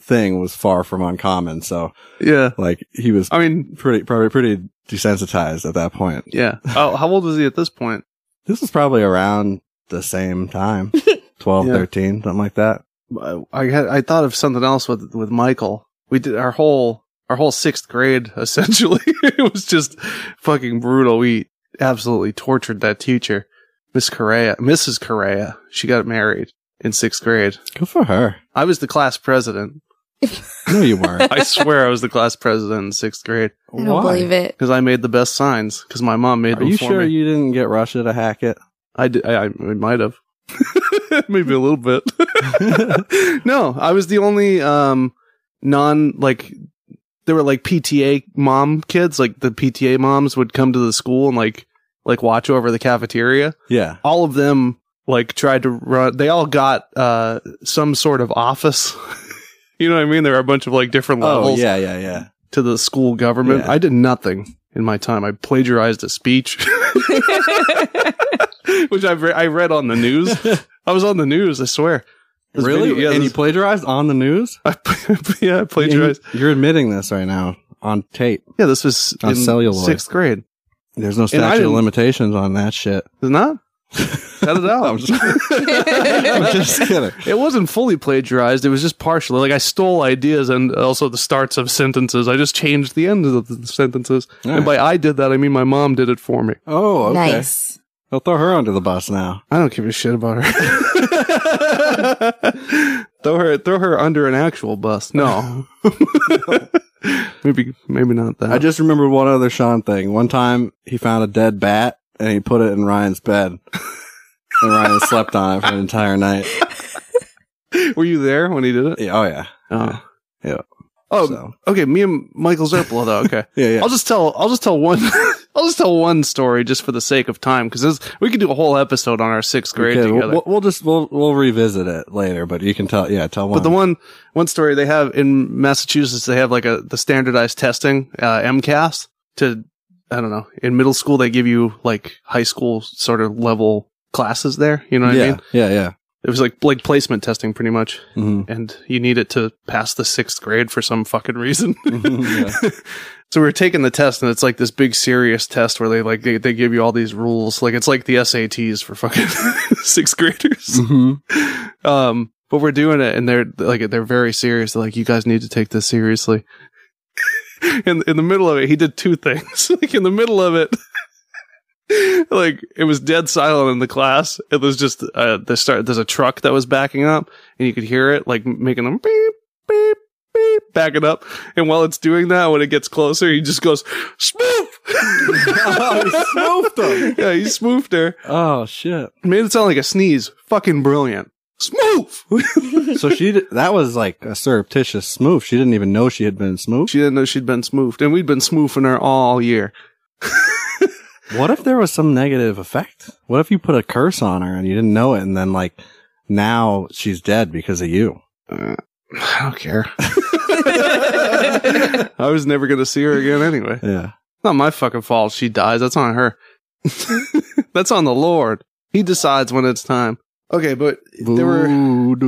thing was far from uncommon. So Yeah. like he was I mean, pretty, probably pretty desensitized at that point. *laughs* yeah. Oh, how old was he at this point? This was probably around the same time, 12, *laughs* Yeah. 13, something like that. I I had, I thought of something else with, with Michael. We did our whole, our whole sixth grade *laughs* essentially. it was just fucking brutal. We absolutely tortured that teacher, Miss Correa, Mrs. Correa. She got married in sixth grade. Good for her. I was the class president. No, you weren't. *laughs* I swear I was the class president in sixth grade I don't believe it. because I made the best signs because my mom made Are them you for sure me. you didn't get Russia to hack it? I, did, I, I might have. *laughs* Maybe a little bit. *laughs* no, I was the only um non like there were like PTA mom kids, like the PTA moms would come to the school and like like watch over the cafeteria. Yeah. All of them like tried to run they all got uh some sort of office. *laughs* you know what I mean? There are a bunch of like different Oh, levels yeah, yeah, yeah. to the school government. Yeah. I did nothing in my time. I plagiarized a speech, *laughs* which I've re- I read on the news. I was on the news. I swear. This video- yeah, and you this- plagiarized on the news? yeah, I *laughs* plagiarized. And You're admitting this right now on tape. Yeah, this was On in celluloid. sixth grade. There's no And I statute of didn't- limitations on that *laughs* shit. Is it not? Cut *laughs* it out. I'm just, I'm just kidding. It wasn't fully plagiarized. It was just partially. Like I stole ideas and also the starts of sentences. I just changed the end of the sentences. All And by I did that, I mean my mom did it for me. Oh, okay. Nice. They'll throw her under the bus now. I don't give a shit about her. *laughs* throw her, throw her under an actual bus. No, *laughs* maybe, maybe not that. I just remembered one other Sean thing. One time he found a dead bat and he put it in Ryan's bed. *laughs* and Ryan slept on it for an entire night. were you there when he did it? Yeah, oh, yeah. Oh, Yeah. Oh, So, okay. Me and Michael Zerpel, though. Okay, yeah, yeah. *laughs* I'll just tell. I'll just tell one. *laughs* I'll just tell one story just for the sake of time because we could do a whole episode on our sixth grade Okay, together. we'll, we'll just we'll we'll revisit it later, but you can tell yeah, tell one. But the one one story they have in Massachusetts, they have like a the standardized testing uh, MCAS to I don't know. In middle school, they give you like high school sort of level classes there. You know what yeah, I mean? yeah, yeah. It was like like placement testing pretty much, Mhm. and you need it to pass the sixth grade for some *laughs* fucking reason. Mm-hmm, Yeah. *laughs* so we were taking the test, and it's like this big serious test where they like they, they give you all these rules. Like it's like the SATs for fucking *laughs* sixth graders *laughs* Mhm. um but we're doing it and they're like they're very serious they're like you guys need to take this seriously *laughs* in in the middle of it he did two things *laughs* like in the middle of it *laughs* like it was dead silent in the class it was just uh there start there's a truck that was backing up and you could hear it like making them beep beep beep backing up and while it's doing that when it gets closer he just goes smoof *laughs* Oh, he spoofed him. yeah he spoofed her Oh shit. made it sound like a sneeze fucking brilliant smoof So she did, that was like a surreptitious smooth. She didn't even know she had been smooth. She didn't know she'd been smoofed, and we'd been smoofing her all year. What if there was some negative effect? What if you put a curse on her and you didn't know it, and then like now she's dead because of you? Uh, I don't care. *laughs* I was never going to see her again anyway. Yeah. Not my fucking fault. She dies. That's on her. *laughs* That's on the Lord. He decides when it's time. Okay, but there were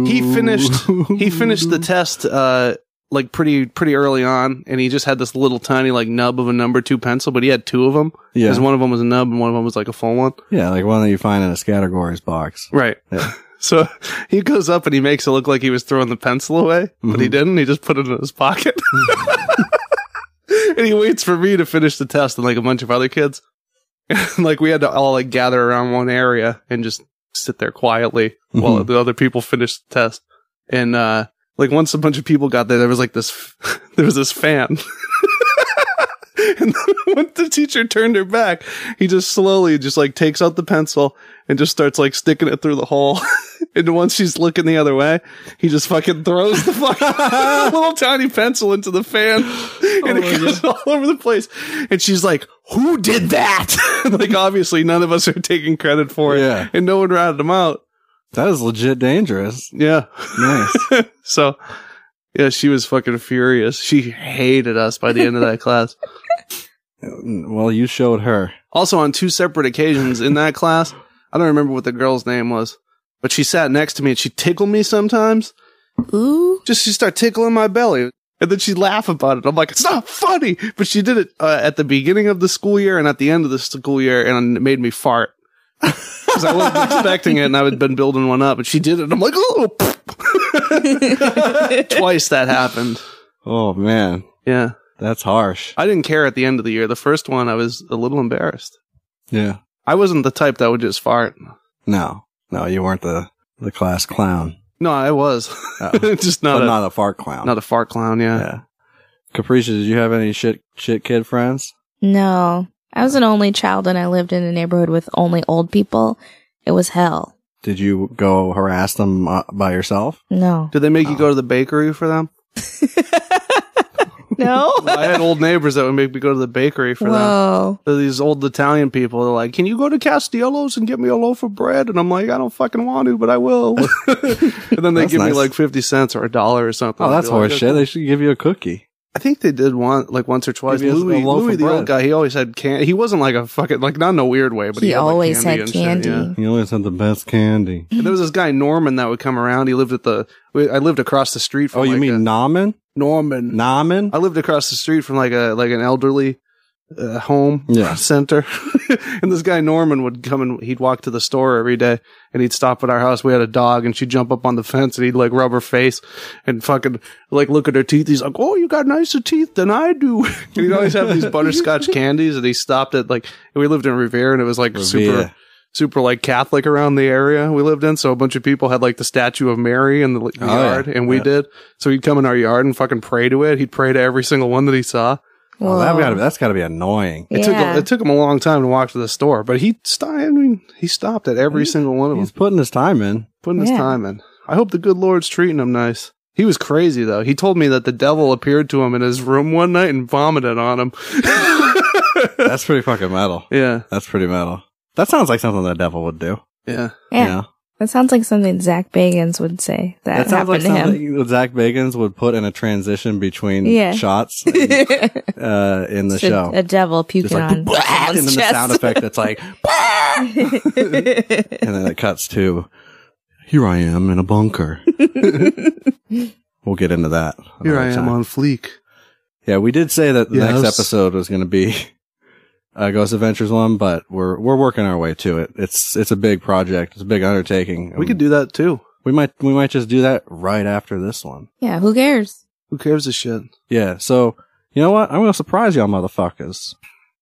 he finished he finished the test uh like pretty pretty early on, and he just had this little tiny like nub of a number two pencil, but he had two of them yeah. because one of them was a nub and one of them was like a full one. yeah, like one that you find in a categories box. Right. Yeah. *laughs* So he goes up and he makes it look like he was throwing the pencil away, but he Mhm. didn't. He just put it in his pocket. *laughs* and he waits for me to finish the test and like a bunch of other kids. *laughs* And like we had to all like gather around one area and just sit there quietly while Mhm. the other people finished the test. And uh like once a bunch of people got there, there was like this f- *laughs* there was this fan. and *laughs* when the teacher turned her back, he just slowly just like takes out the pencil and just starts like sticking it through the hole. *laughs* and once she's looking the other way, he just fucking throws the *laughs* fucking little tiny pencil into the fan and it goes all over the place. And she's like, Who did that? *laughs* like obviously none of us are taking credit for it. Yeah. And no one ratted him out. That is legit dangerous. Yeah. Nice. *laughs* So yeah, she was fucking furious. She hated us by the end of that class. well, you showed her. Also, on two separate occasions in that class, I don't remember what the girl's name was, but she sat next to me and she tickled me sometimes. Ooh. Just she start tickling my belly, and then she'd laugh about it. I'm like, it's not funny, but she did it uh, at the beginning of the school year and at the end of the school year, and it made me fart *laughs* because I wasn't expecting it, and I had been building one up, but she did it. and I'm like, oh, *laughs* twice that happened. Oh man, Yeah, that's harsh. I didn't care at the end of the year. The first one, I was a little embarrassed. Yeah. I wasn't the type that would just fart. No, no, you weren't the the class clown, No, I was. Oh. *laughs* Just not but a, not a fart clown. not a fart clown, yeah. yeah. Capricia, did you have any shit shit kid friends? No. I was an only child and I lived in a neighborhood with only old people. It was hell. Did you go harass them uh, by yourself? No. Did they Oh. make you go to the bakery *laughs* for them? *laughs* no? I had old neighbors that would make me go to the bakery for them. Whoa. They're These old Italian people, they're like, "Can you go to Castiello's and get me a loaf of bread?" And I'm like, "I don't fucking want to, but I will." *laughs* and then they That's give me nice. like fifty cents or a dollar or something. Oh, I'd that's be like, horseshit. They should give you a cookie. I think they did one like once or twice. Maybe it's a Louis, loaf Louis of the bread. old guy, he always had candy. He wasn't like a fucking like not in a weird way, but he, He had, like, always candy had and shit, yeah. candy. You always had the best candy. And there was this guy Norman that would come around. He lived at the we- I lived across the street from. Oh, you like, uh, mean a- Naman? Norman? Naman? I lived across the street from like a like an elderly uh, home Yeah. *laughs* center, and this guy Norman would come and he'd walk to the store every day, and he'd stop at our house. We had a dog, and she'd jump up on the fence, and he'd like rub her face and fucking like look at her teeth. He's like, "Oh, you got nicer teeth than I do." *laughs* and he'd always have these butterscotch candies, and he stopped at like we lived in Revere, and it was like super Revere. super like Catholic around the area we lived in. So a bunch of people had like the statue of Mary in the, the Oh, yeah. yard, and we Yeah. did. So he'd come in our yard and fucking pray to it. He'd pray to every single one that he saw. Oh, that gotta, that's got to be annoying. It took Yeah. a, it took him a long time to walk to the store, but he st- I mean he stopped at every single one of them, He's putting his time in. putting his Yeah. time in. I hope the good Lord's treating him nice. He was crazy though. He told me that the devil appeared to him in his room one night and vomited on him. *laughs* That's pretty fucking metal. yeah, That's pretty metal. That sounds like something the devil would do. yeah. yeah. You know? That sounds like something Zach Bagans would say. That, sounds happened like to him. something Zach Bagans would put in a transition between Yeah. *laughs* shots in, uh, in the It's a- show. A, devil puking Just like, *laughs* on and then someone's the sound chest. effect that's *laughs* like, and then it cuts to, here I am in a *laughs* bunker. we'll get into that. Here another I am time. on fleek. Yeah, we did say that the Yes. next episode was going to be uh, Ghost Adventures one, but we're we're working our way to it. It's it's a big project. It's a big undertaking. We could do that too. We might we might just do that right after this one. yeah, who cares? Who cares a shit? *laughs* Yeah. So you know what? I'm going to surprise y'all, motherfuckers.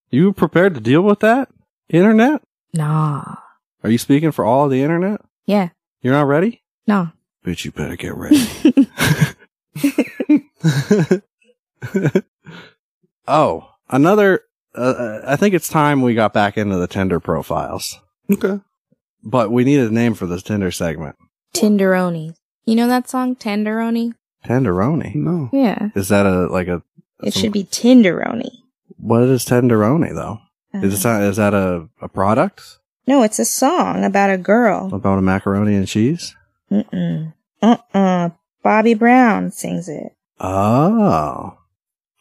You prepared to deal with that internet? Nah. Are you speaking for all of the internet? Yeah, You're not ready? nah. *laughs* Bitch, you better get ready. oh, another. Uh, Uh, I think it's time we got back into the Tinder profiles, Okay. but we need a name for this Tinder segment. Tenderoni. You know that song, Tenderoni? Tenderoni. No. Yeah. Is that a like a? It should be Tinderoni. What is tenderoni though? Is Uh-huh. that is that a, a product No, it's a song about a girl. about a macaroni and cheese? Mm-mm. Uh-uh. Bobby Brown sings it. Oh,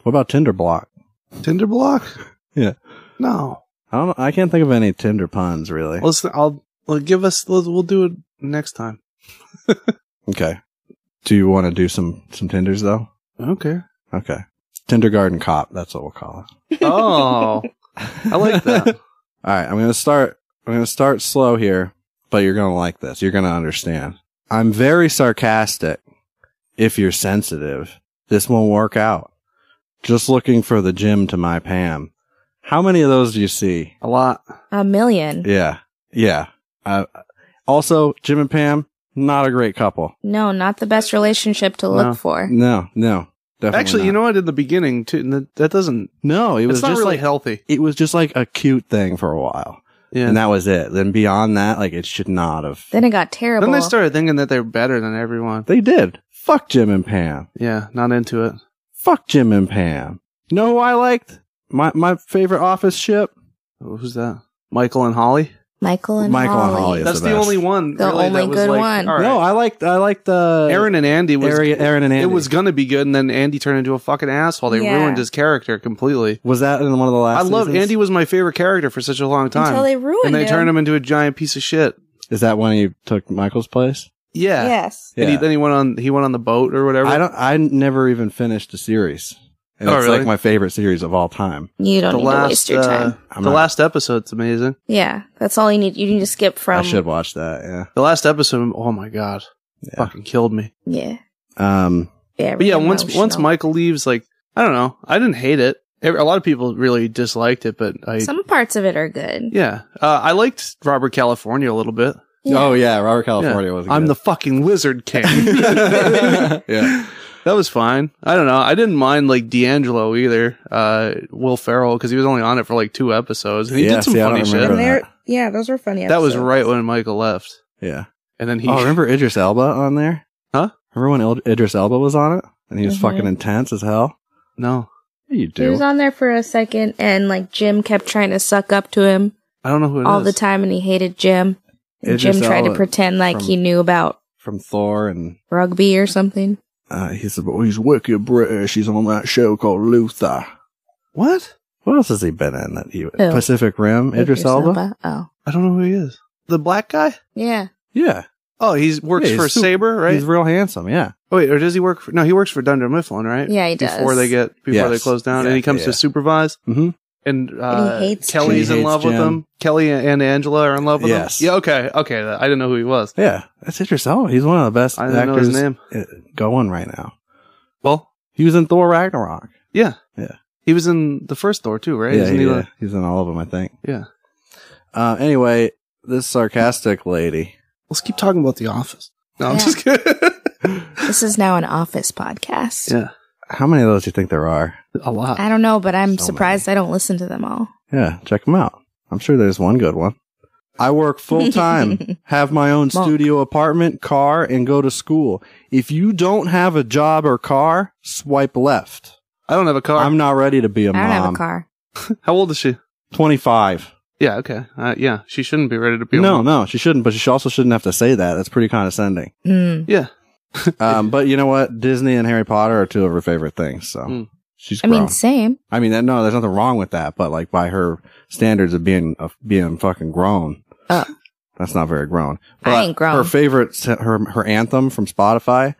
what about Tinder block? Tinder block? Yeah. No. I don't. I can't think of any Tinder puns really. Let's. I'll. Well, give us. We'll, we'll do it next time. Okay. Do you want to do some some Tinders though? Okay. Okay. Kindergarten cop. That's what we'll call it. Oh, I like *laughs* that. All right. I'm gonna start. I'm gonna start slow here, but you're gonna like this. You're gonna understand. I'm very sarcastic. If you're sensitive, this won't work out. Just looking for the gym to my Pam. How many of those do you see? *laughs* A lot. A million. Yeah. Yeah. Uh, also, Jim and Pam, not a great couple. No, not the best relationship to No. look for. No, no. Definitely Actually, not. you know what? In the beginning, too, and that- that doesn't. no, it It was was not just really like, healthy. it was just like a cute thing for a while. Yeah. And that was it. Then beyond that, like it should not have. Then it got terrible. then they started thinking that they're better than everyone. They did. Fuck Jim and Pam. Yeah, not into it. Fuck Jim and Pam. You know who I liked? My my favorite office ship? Oh, Who's that? Michael and Holly. Michael and Michael and Holly. Holly. That's That's the the, best. only one. The really, only that was good like, one. all right. No, I liked I liked the Aaron and Andy was. Ari- Aaron and Andy. It was gonna be good, and then Andy turned into a fucking asshole. They Yeah. ruined his character completely. was that in one of the I last? love seasons? Andy was my favorite character for such a long time Until they ruined and they him. turned him into a giant piece of shit. Is that when he took Michael's place? Yeah. Yes. And he, Yeah. then he went on he went on the boat or whatever. I don't. I never even finished the series. And Oh, it's really? like my favorite series of all time. You don't the need to waste last your uh, time. I'm the not- last episode's amazing. Yeah, that's all you need. You need to skip from. I should watch that. Yeah. The last episode, oh my god, Yeah. fucking killed me. Yeah. Um, Very But yeah, once once emotional. Michael leaves, like I don't know, I didn't hate it. Every- A lot of people really disliked it, but I Some parts of it are good. yeah, uh, I liked Robert California a little bit. Oh yeah, Robert Yeah. California was. I'm the fucking *laughs* lizard king. *laughs* yeah. that was fine. I don't know. I didn't mind like D'Angelo either. Uh, Will Ferrell because he was only on it for like two episodes. And he Yeah, did some see, I funny don't shit. remember And that. That there, yeah, those were funny. was episodes. right when Michael left, Yeah. and then he. *laughs* Oh, remember Idris Elba on there? Huh? Remember when El- Idris Elba was on it and he was Mhm. fucking intense as hell? no, Yeah, you He was do. on there for a second, and like Jim kept trying to suck up to him I don't know who it is. all the time, and he hated Jim. And Idris Jim tried to Elba pretend like from- he knew about From Thor and rugby or something. uh, he's well, he's wicked British. He's on that show called Luther. What? What else has he been in? That he Pacific Rim. Idris, Elba. Oh, I don't know who he is. The black guy? yeah. Yeah, Oh, he's works Yeah, he's for super- Saber, right? he's real handsome. Yeah, Oh, wait, or does he work for? No, he works for Dunder Mifflin, right? Yeah, he does. Before they get before Yes, they close down, and he exactly, comes yeah. to supervise. Mhm. And, uh, And he hates Kelly's Jim. in He love hates with Jim. him. Kelly and Angela are in love with Yes. him. Yeah. Okay. Okay. I didn't know who he was. yeah. That's Idris Elba. He's one of the best I didn't know actors his name. uh, going right now. Well, He was in Thor Ragnarok. yeah, Yeah. He was in the first Thor too, right? Yeah, Isn't he- he yeah. like- he's in all of them, I think. Yeah. Uh, anyway, this sarcastic lady. Let's keep talking about The Office. No, I'm Yeah. just kidding. This is now an office podcast. yeah, How many of those do you think there are? *laughs* a lot. I don't know, but I'm So surprised I don't listen to them all. Yeah, check them out. I'm sure there's one good one. I work full *laughs* time, have my own Monk. studio apartment, car, and go to school. If you don't have a job or car, swipe left. I don't have a car. I'm not ready to be a I don't mom. have a car. How old is she? 25. Yeah. Okay. Uh, yeah. She shouldn't be ready to be. a No, mom. no, she shouldn't, but she also shouldn't have to say that. That's pretty condescending. Mm. Yeah. Um, but you know what? Disney and Harry Potter are two of her favorite things. So Mm. she's. I grown. mean, same. I mean, that, no, there's nothing wrong with that, but like by her standards of being of being fucking grown, Oh. that's not very grown. I But ain't grown. Her favorite, s- her her anthem from Spotify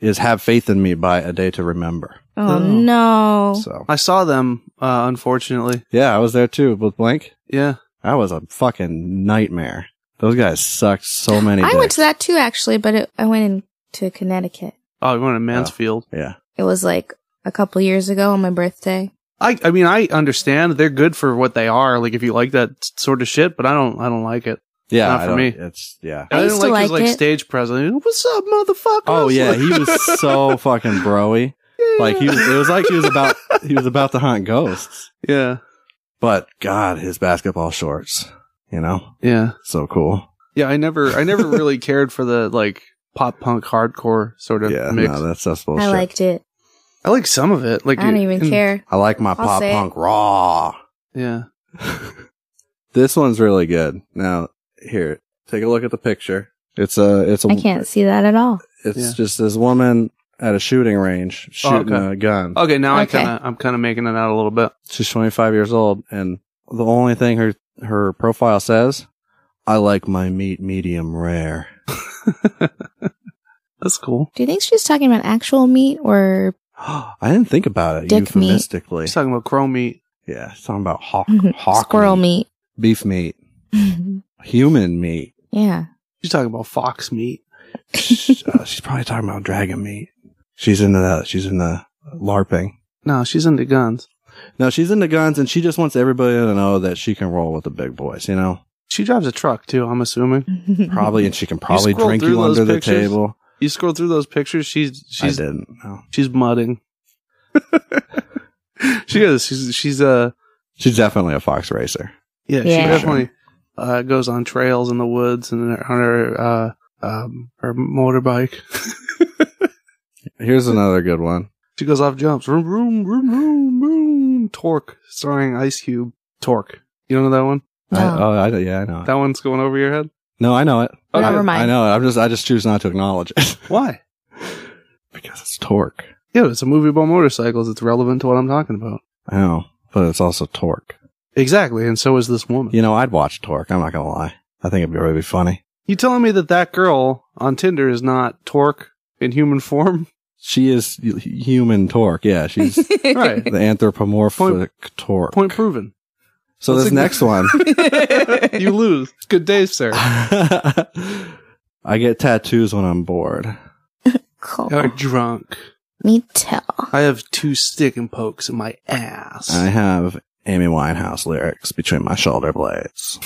is "Have Faith in Me" by A Day to Remember. Oh, Oh. no. So I saw them. Uh, unfortunately. yeah, I was there too with Blank. Yeah. That was a fucking nightmare. Those guys sucked so many. *gasps* I went dicks. to that too, actually, but it, I went into Connecticut. Oh, you went to Mansfield. Yeah, It was like a couple years ago on my birthday. I. I mean, I understand they're good for what they are. Like if you like that s- sort of shit, but I don't. I don't like it. yeah. Not I for don't- me. It's yeah. I I, used didn't to like, his like like it. stage presence. What's up, motherfucker? Oh yeah, he *laughs* was *laughs* so fucking broy. Like he was, it was like he was about he was about to hunt ghosts. yeah, But God, his basketball shorts, you know, yeah, so cool. yeah. I never, I *laughs* never really cared for the like pop punk hardcore sort of Yeah, mix. no, that's just bullshit. I liked it. I like some of it. Like I don't even in- care. I like my I'll pop say it. punk raw. *laughs* Yeah, This one's really good. Now, here, take a look at the picture. It's a, it's a, I can't see that at all. It's Yeah. just this woman at a shooting range Oh, shooting okay. a gun. okay. Now Okay. I kind of, I'm kind of making it out a little bit. She's 25 years old, and the only thing her her profile says, "I like my meat medium rare." *gasps* That's cool. Do you think she's talking about actual meat or I didn't think about it Dick meat. euphemistically. He's talking about crow meat. Yeah, it's talking about hawk, hawk *laughs* squirrel meat, meat? beef meat, human meat. *laughs* yeah. She's talking about fox meat. Sh- uh, she's probably talking about dragon meat. She's into that. She's into LARPing. No, she's into guns. No, she's into guns, and she just wants everybody to know that she can roll with the big boys. You know, She drives a truck too. I'm assuming. probably, and she can probably scroll drink through you those under the pictures? table. You scroll through those pictures. She's she's I didn't. No. she's mudding. *laughs* she is. She's she's uh She's definitely a fox racer. Yeah, she Yeah. definitely uh, goes on trails in the woods and on her uh, um, her motorbike. Here's another good one. she goes off jumps. Room, room, room, room, room. Torque, starring Ice Cube. Torque. You don't know that one? I, *laughs* *laughs* No. oh, I, yeah, I know. It. That one's going over your head. No, I know it. Okay. Never I mind. know it. I'm just, I just choose not to acknowledge it *laughs* Why? *laughs* because it's torque. Yeah, it's a movie about motorcycles. It's relevant to what I'm talking about. I know, but it's also torque. Exactly, and so is this woman. You know, I'd watch Torque. I'm not gonna lie. I think it'd be really funny. You telling me that that girl on Tinder is not Torque in human form? She is hu- human Torque. Yeah, she's *laughs* the Right. anthropomorphic Torque. Point proven. so this next That's a- *laughs* one, You lose. Good day, sir. *laughs* I get tattoos when I'm bored. Cool. You're drunk. Me tell. I have two stick and pokes in my ass. I have Amy Winehouse lyrics between my shoulder blades.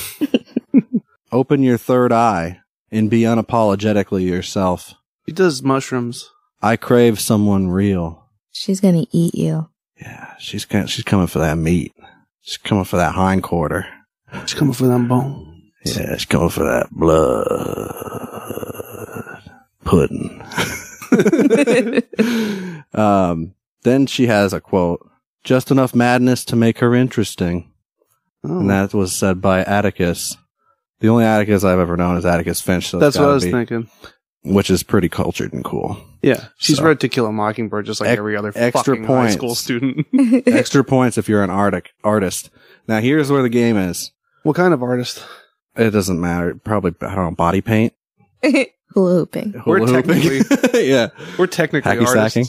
Open your third eye and be unapologetically yourself. He does mushrooms. I crave someone real. She's gonna eat you. Yeah, she's co- she's coming for that meat. She's coming for that hindquarter. She's coming for them bone. Yeah, she's coming for that blood pudding. *laughs* um, then she has a quote: "Just enough madness to make her interesting," Oh, and that was said by Atticus. The only Atticus I've ever known is Atticus Finch. So it's that's what gotta I was be- thinking. which is pretty cultured and *laughs* cool. Yeah, she's So- read To Kill a Mockingbird just like Ex- every other extra fucking points. high school student. *laughs* *laughs* Extra points if you're an artic- artist. Now here's where the game is. what kind of artist? It doesn't matter. Probably I don't know body paint. Hula hooping. We're Hula hooping. *laughs* yeah. We're technically Hacky artists. sacking.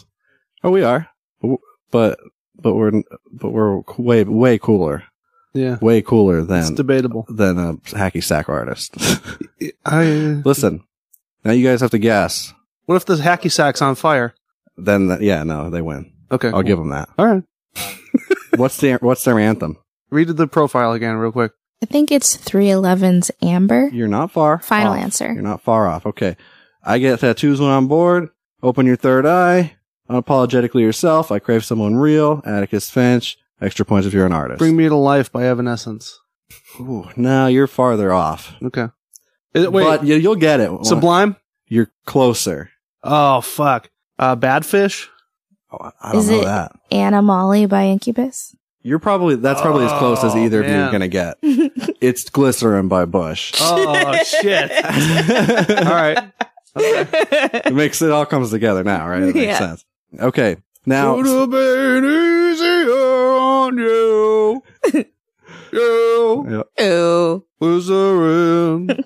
Oh, we are, W- but but we're but we're way way cooler, Yeah, way cooler it's than debatable. than a hacky sack artist. *laughs* I, Listen, now you guys have to guess. what if the hacky sack's on fire? Then th- yeah, no, they win. Okay, I'll give them that. All right, What's their what's their anthem? read the profile again real quick. I think it's 311's Amber. You're not far. Final off. answer. You're not far off. Okay. I get tattoos when I'm bored. Open your third eye. Unapologetically yourself. I crave someone real. Atticus Finch. Extra points if you're an artist. Bring Me to Life by Evanescence. Ooh, no, you're farther off. Okay, Is it- wait, But you, you'll get it. Sublime. You're closer. Oh fuck, uh, Badfish. Oh, I don't Is know it- that. Anna Molly by Incubus. You're probably that's probably as close as Oh, either of you are man. gonna get. It's glycerin by Bush. *laughs* Oh shit. All right. Okay. It makes it all comes together now, right? It makes Yeah. sense. Okay. Now Would have been easier on you. you *laughs* Yeah, *laughs* Ooh. glycerin,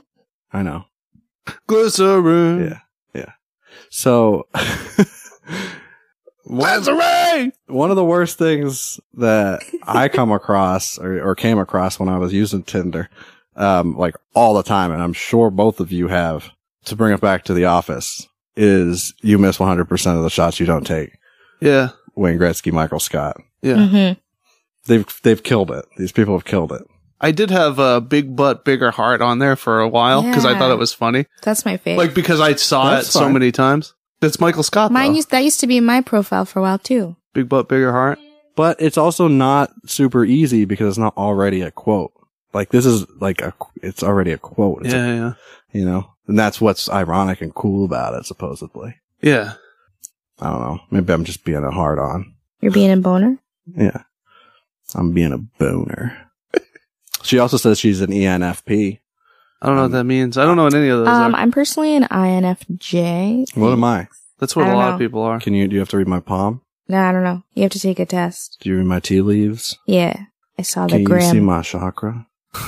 I know. glycerin, Yeah. Yeah. So *laughs* one, of- glycerin. one of the worst things that I come across or, or came across when I was using Tinder, um, like all the time, and I'm sure both of you have to bring it back to the office is you miss 100% of the shots you don't take. Yeah, Wayne Gretzky, Michael Scott. yeah. Mm-hmm. They've, they've killed it. These people have killed it. I did have a big butt, bigger heart on there for a while because I Yeah. thought it was funny, That's my favorite. like because I saw That's it so fine. many times. That's Michael Scott. Mine uh, though. used that used to be my profile for a while too. big butt, bigger heart. but it's also not super easy because it's not already a quote. Like this is like a, it's already a quote. It's a- Yeah, yeah, you know, and that's what's ironic and cool about it. Supposedly, yeah. I don't know. Maybe I'm just being a hard on. You're being a boner? Yeah, I'm being a boner. *laughs* she also says she's an E ENFP. I don't know Um, what that means. I don't know what any of those Um, are. I'm personally an INFJ. What am I? That's what I a don't lot know. of people are. Can you? Do you have to read my palm? No, I don't know. You have to take a test. Do you read my tea leaves? Yeah. I saw Can the you see gram. my chakra? *laughs*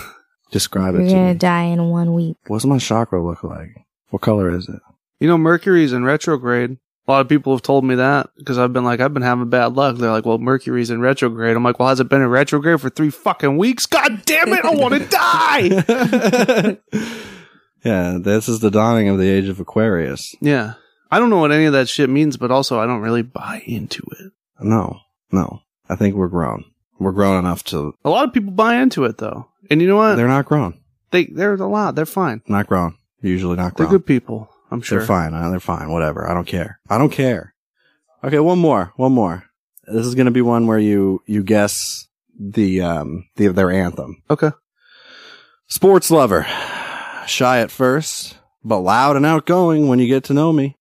Describe You're it to gonna me. die in one week. What's my chakra look like? What color is it? You know, Mercury's in retrograde. A lot of people have told me that because I've been like, I've been having bad luck. They're like, well, Mercury's in retrograde. I'm like, well, has it been in retrograde for three fucking weeks? God damn it, I *laughs* want to die. yeah, this is the dawning of the age of Aquarius. Yeah. I don't know what any of that shit means, but also I don't really buy into it. No, no. I think we're grown. We're grown enough to. A lot of people buy into it though. And you know what? They're They're, not grown. they, they're a lot. They're fine. Not grown. Usually not They're grown. good people. I'm sure. They're fine. Uh, they're fine. Whatever. I don't care. I don't care. Okay, one more. One more. This is gonna be one where you you guess the um the their anthem. Okay. Sports lover. Shy at first, but loud and outgoing when you get to know me.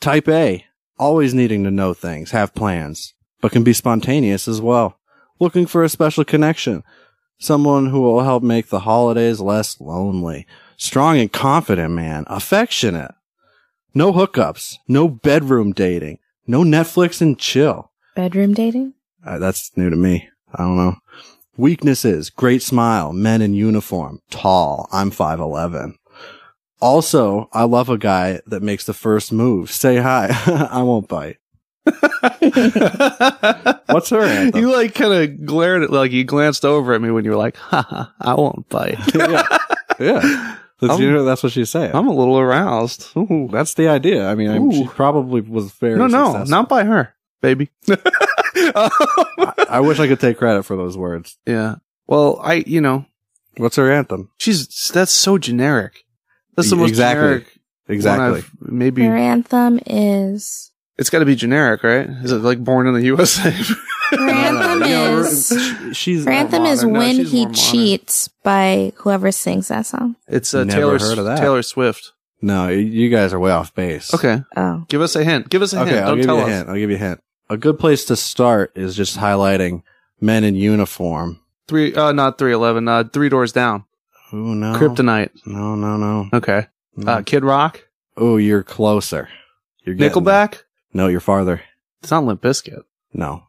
Type A. Always needing to know things, have plans, but can be spontaneous as well. Looking for a special connection. Someone who will help make the holidays less lonely. Strong and confident, man. Affectionate. No hookups. No bedroom dating. No Netflix and chill. Bedroom dating? Uh, that's new to me. I don't know. Weaknesses, great smile, men in uniform, tall. I'm 5'11. Also, I love a guy that makes the first move. Say hi. *laughs* I won't bite. *laughs* *laughs* What's her anthem? You like kind of glared at, like you glanced over at me when you were like, "Ha ha, I won't bite." yeah. Yeah. That's, you I'm- know, that's what she's saying. I'm a little aroused. Ooh. that's the idea. I mean, I mean, she Ooh. probably was very no, no, successful. not by her, *laughs* baby. I, I wish I could take credit for those words. yeah. Well, I, you know, What's her anthem? she's that's so generic. That's the most E, Exactly. generic one Exactly. I've- Maybe Their anthem is. it's got to be generic, right? Is it like born in the USA? *laughs* Their anthem is. She's Their anthem is modern. No, "When she's He more modern. Cheats" by whoever sings that song. It's uh, Never Taylor heard of that. Taylor Swift. no. You guys are way off base. Okay, Oh, give us a hint. Give us a Okay. hint. I'll Don't give tell you a us. hint. I'll give you a hint. A good place to start is just highlighting men in uniform. Three, uh, not three eleven. Uh, three doors down. Oh no. Kryptonite. No, no, no. Okay. Uh, Kid Rock. oh, you're closer. You're getting there. Nickelback. No, you're farther. It's not Limp *laughs* Bizkit. No.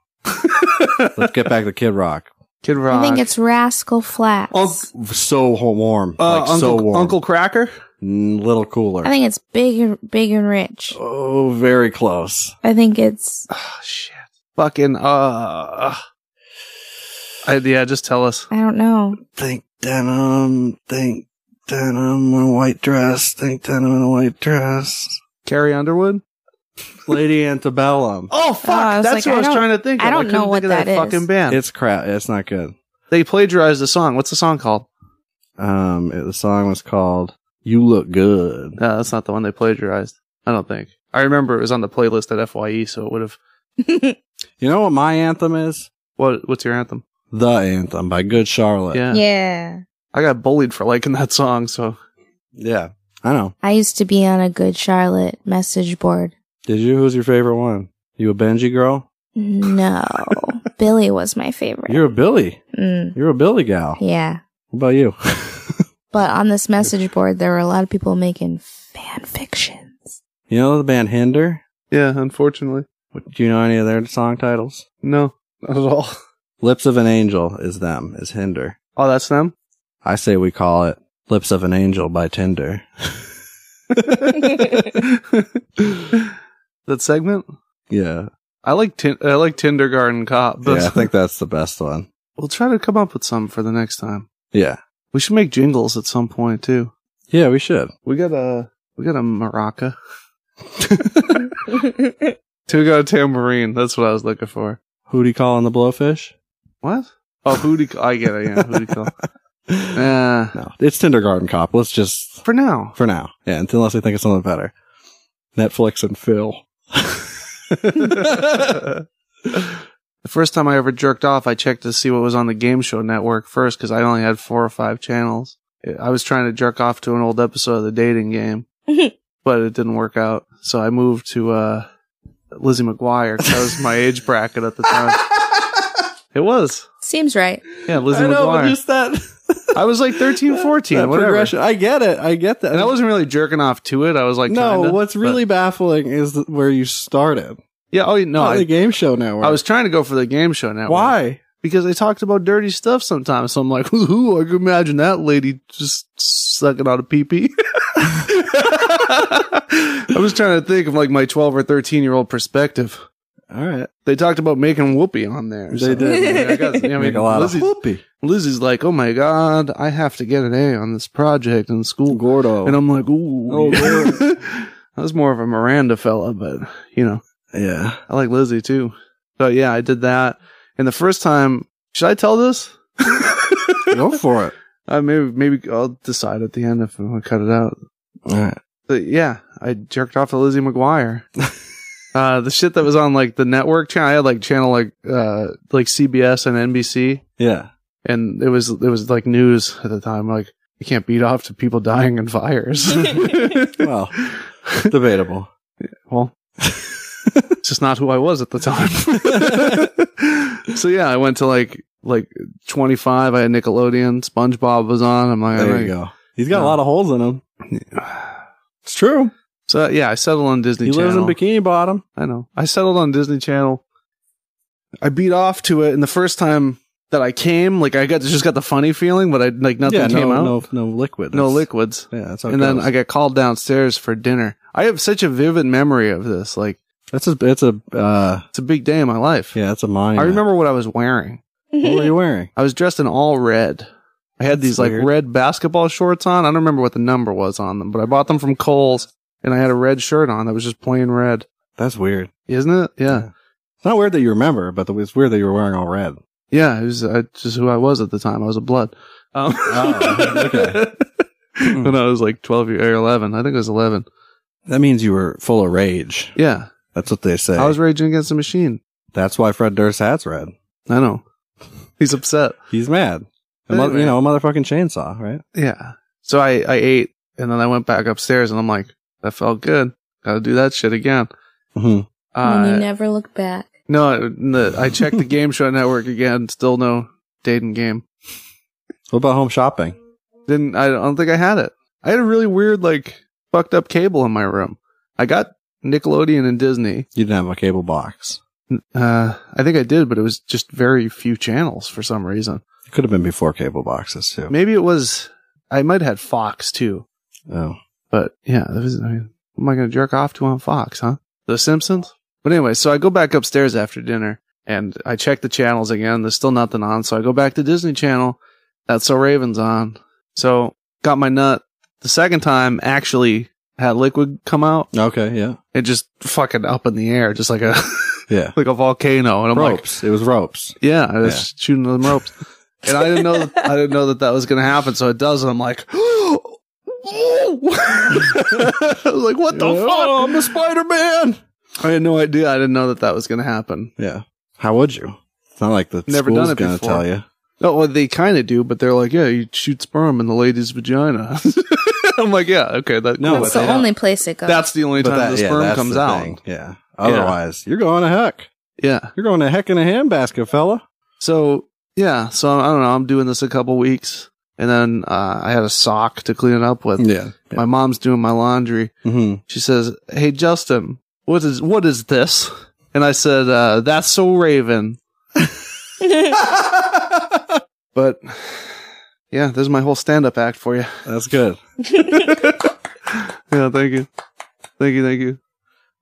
Let's get back to Kid Rock. Oh, Kid Rock. I think it's "Rascal Flats." Unc- So ho- warm. uh, like Uncle, so warm. Uncle Cracker. Mm, little cooler. I think it's "Big and Big and Rich." oh, very close. I think it's Oh shit. Fucking uh. I, yeah, just tell us. I don't know. Think denim. Think denim in a white dress. Think denim in a white dress. Carrie Underwood. Lady Antebellum. Oh fuck! Oh, I was like, That's I what I was don't- trying to think. I of. don't couldn't know what think of that is. Fucking band. It's crap. It's not good. they plagiarized the song. What's the song called? Um, it- the song was called "You Look Good." No, Uh, that's not the one they plagiarized. I don't think. I remember it was on the playlist at Fye, so it would have. You know what my anthem is? What? What's your anthem? The anthem by Good Charlotte. Yeah. Yeah. I got bullied for liking that song. So yeah. I know. I used to be on a Good Charlotte message board. Did you? Who's your favorite one? You a Benji girl? *laughs* No, Billy was my favorite. You're a Billy. Mm, You're a Billy gal. yeah, What about you? *laughs* but on this message board, there were a lot of people making fan fictions. you know the band Hinder? yeah, unfortunately, What- Do you know any of their song titles? no, not at all. Lips of an Angel is them, is Hinder. Oh, that's them. I say we call it Lips of an Angel by Tinder. *laughs* that segment. Yeah. I like tin- I like Kindergarten Cop. But yeah, I think that's the best one. *laughs* we'll try to come up with some for the next time. Yeah. We should make jingles at some point too. Yeah, we should. We got a we got a maraca. Tugo tambourine. That's what I was looking for. Who do you call on the blowfish? What? Oh, who do you call? I get it. Yeah, who do you call? Uh, No. It's Kindergarten Cop. Let's just for now, for now. Yeah, until unless they think of something better. Netflix and Phil. the first time I ever jerked off, I checked to see what was on the game show network first because I only had four or five channels. I was trying to jerk off to an old episode of the dating *laughs* game, but it didn't work out. So I moved to uh, Lizzie McGuire 'cause that was my age bracket at *laughs* the time. It was. Seems right. *laughs* Yeah, *laughs* Lizzie I know, but McGuire. just *laughs* that. I was like *laughs* 13, 14, That whatever. progression. I get it. I get that. And I wasn't really jerking off to it. I was like, no, kinda, what's but- really baffling is th- where you started. Yeah, oh, no, Not I, the game show network. I was trying to go for the game show network. why? Because they talked about dirty stuff sometimes. So I'm like, *laughs* ooh, I can imagine that lady just sucking on a pee pee. *laughs* I was trying to think of like my 12 or 13 year old perspective. All *laughs* right, They talked about making whoopee on there. They so- did. I, mean, I guess- I *laughs* mean, make a lot Lizzie's, of whoopee. Lizzie's like, oh my God, I have to get an A on this project in school. Gordo. And I'm like, ooh. *laughs* Oh, Lord. I was more of a Miranda fella, but you know. yeah, I like Lizzie too. But yeah, I did that. And the first time, should I tell this? *laughs* go for it. I Uh, maybe maybe I'll decide at the end if I want to cut it out. All right. But yeah, I jerked off to Lizzie *laughs* McGuire. uh, the shit that was on like the network channel, I had like channel like uh like CBS and NBC, Yeah. and it was it was like news at the time. Like you can't beat off to people dying *laughs* in fires. *laughs* Well, debatable. Well, it's just not who I was at the time. *laughs* so yeah, I went to like like 25. I had Nickelodeon. SpongeBob was on. I'm like, There I'm you like- go. He's got No. a lot of holes in him. It's true. So yeah, I settled on Disney. He Channel. lives in Bikini Bottom. I know. I settled on Disney Channel. I beat off to it, and the first time that I came, like I got just got the funny feeling, but I like nothing yeah, came no, out. No, no liquid. no That's- liquids. Yeah, that's how it And then goes. I got called downstairs for dinner. I have such a vivid memory of this. Like that's a. That's a. Uh, it's a big day in my life. yeah, that's a monument. I remember what I was wearing. What were you wearing? I was dressed in all red. I had these That's like weird. red basketball shorts on. I don't remember what the number was on them, but I bought them from Kohl's and I had a red shirt on that was just plain red. That's weird. Isn't it? Yeah. It's not weird that you remember, but the, it's weird that you were wearing all red. Yeah. It was uh, just who I was at the time. I was a blood. Um, Oh, okay. *laughs* when I was like 12 year- or 11. I think it was 11. That means you were full of rage. Yeah. That's what they say. I was raging against the machine. That's why Fred Durst hat's red. I know. *laughs* He's upset. He's mad. A mo- Anyway. you know, a motherfucking chainsaw, right? Yeah. So I, I ate and then I went back upstairs and I'm like, that felt good. Gotta do that shit again. Mm-hmm. and you Uh, never look back. no, no, I checked the Game Show Network again. Still no Dayton game. What about home shopping? Didn't, I don't think I had it. I had a really weird, like, fucked up cable in my room. I got Nickelodeon and Disney. You didn't have a cable box. Uh, I think I did, but it was just very few channels for some reason. It could have been before cable boxes too. Maybe it was, I might have had Fox too, Oh, but yeah, that was, I mean, what am I going to jerk off to on Fox, huh? The Simpsons? But anyway, so I go back upstairs after dinner and I check the channels again. There's still nothing on. So I go back to Disney Channel. That's So Raven's on. So got my nut. The second time actually had liquid come out. okay, yeah, It just fucking up in the air, just like a, *laughs* yeah. like a volcano. And I'm like, ropes. it was ropes. Yeah, I was shooting them ropes, and I didn't know I didn't know that that was going to happen. So it does, and I'm like, oh! *laughs* I was like, what the Oh, I'm fuck? a Spider Man. I had no idea. I didn't know that that was going to happen. Yeah. How would you? It's not like the Never school's done it gonna before. tell you. No, well, they kind of do, but they're like, yeah, you shoot sperm in the lady's vagina. *laughs* I'm like, yeah, okay, that No, That's but the they- only place it goes. that's the only time the yeah, sperm that's comes the out. thing. Yeah. Otherwise, you're going to heck. Yeah. You're going to heck in a handbasket, fella. So yeah, so I don't know. I'm doing this a couple weeks, and then uh, I had a sock to clean it up with. Yeah. My mom's doing my laundry. hmm She says, "Hey Justin, what is what is this?" And I said, uh, "That's so *laughs* Raven." But yeah, this is my whole stand-up act for you. That's good. Yeah, thank you, thank you, thank you.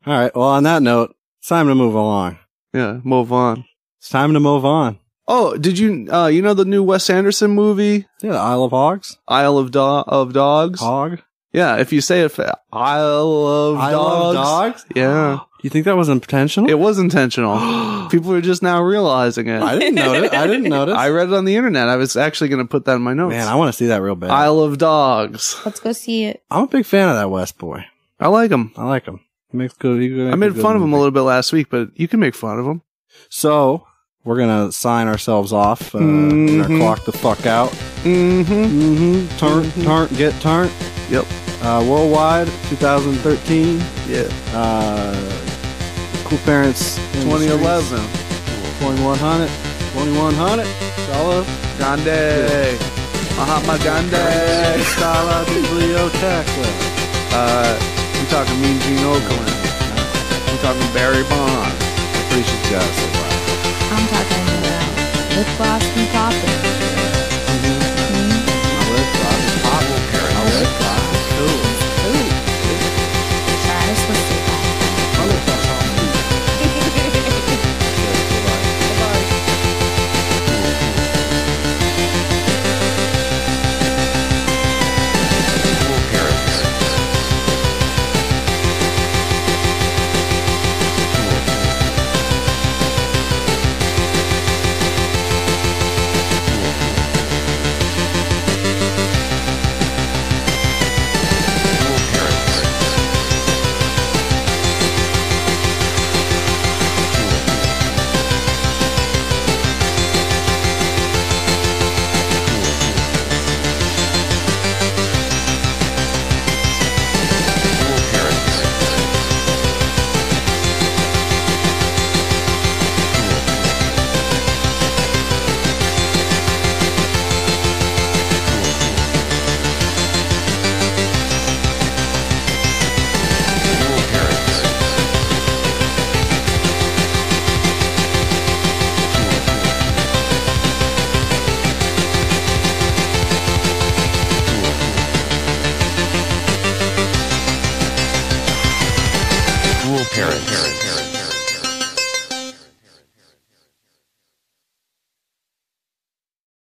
All right. Well, on that note, it's time to move along. Yeah, move on. It's time to move on. Oh, did you uh, you know the new Wes Anderson movie Yeah, the Isle of Hogs. Isle of Do- of Dogs? Hog. Yeah, if you say it, fa- Isle of Dogs. dogs. Yeah, You think that was intentional? *gasps* it was *gasps* intentional. People are just now realizing it. I *laughs* I, didn't notice. I didn't notice. read it on the internet. I was actually going to put that in my notes. Man, I want to see that real bad. I, Isle of Dogs. Let's go see it. am a big fan of that West boy. I like him. I like him. He makes good. he make I made good fun of him a movie. little bit last week, but you can make fun of him. So we're gonna sign ourselves off. Uh, We're Mhm. gonna clock the fuck out. Mm-hmm. Mm-hmm. Turn, turn, get turn. Yep. Uh, worldwide, 2013. Yeah. Uh, cool parents. Industries, 2011. 2100. 2100. Dollar. Gandhi. Mahatma Gandhi. Dollar biblioteca. Uh, we talking Mean Gene Oakland. We talking Barry Bond. Appreciate you guys. I'm talking about lip gloss and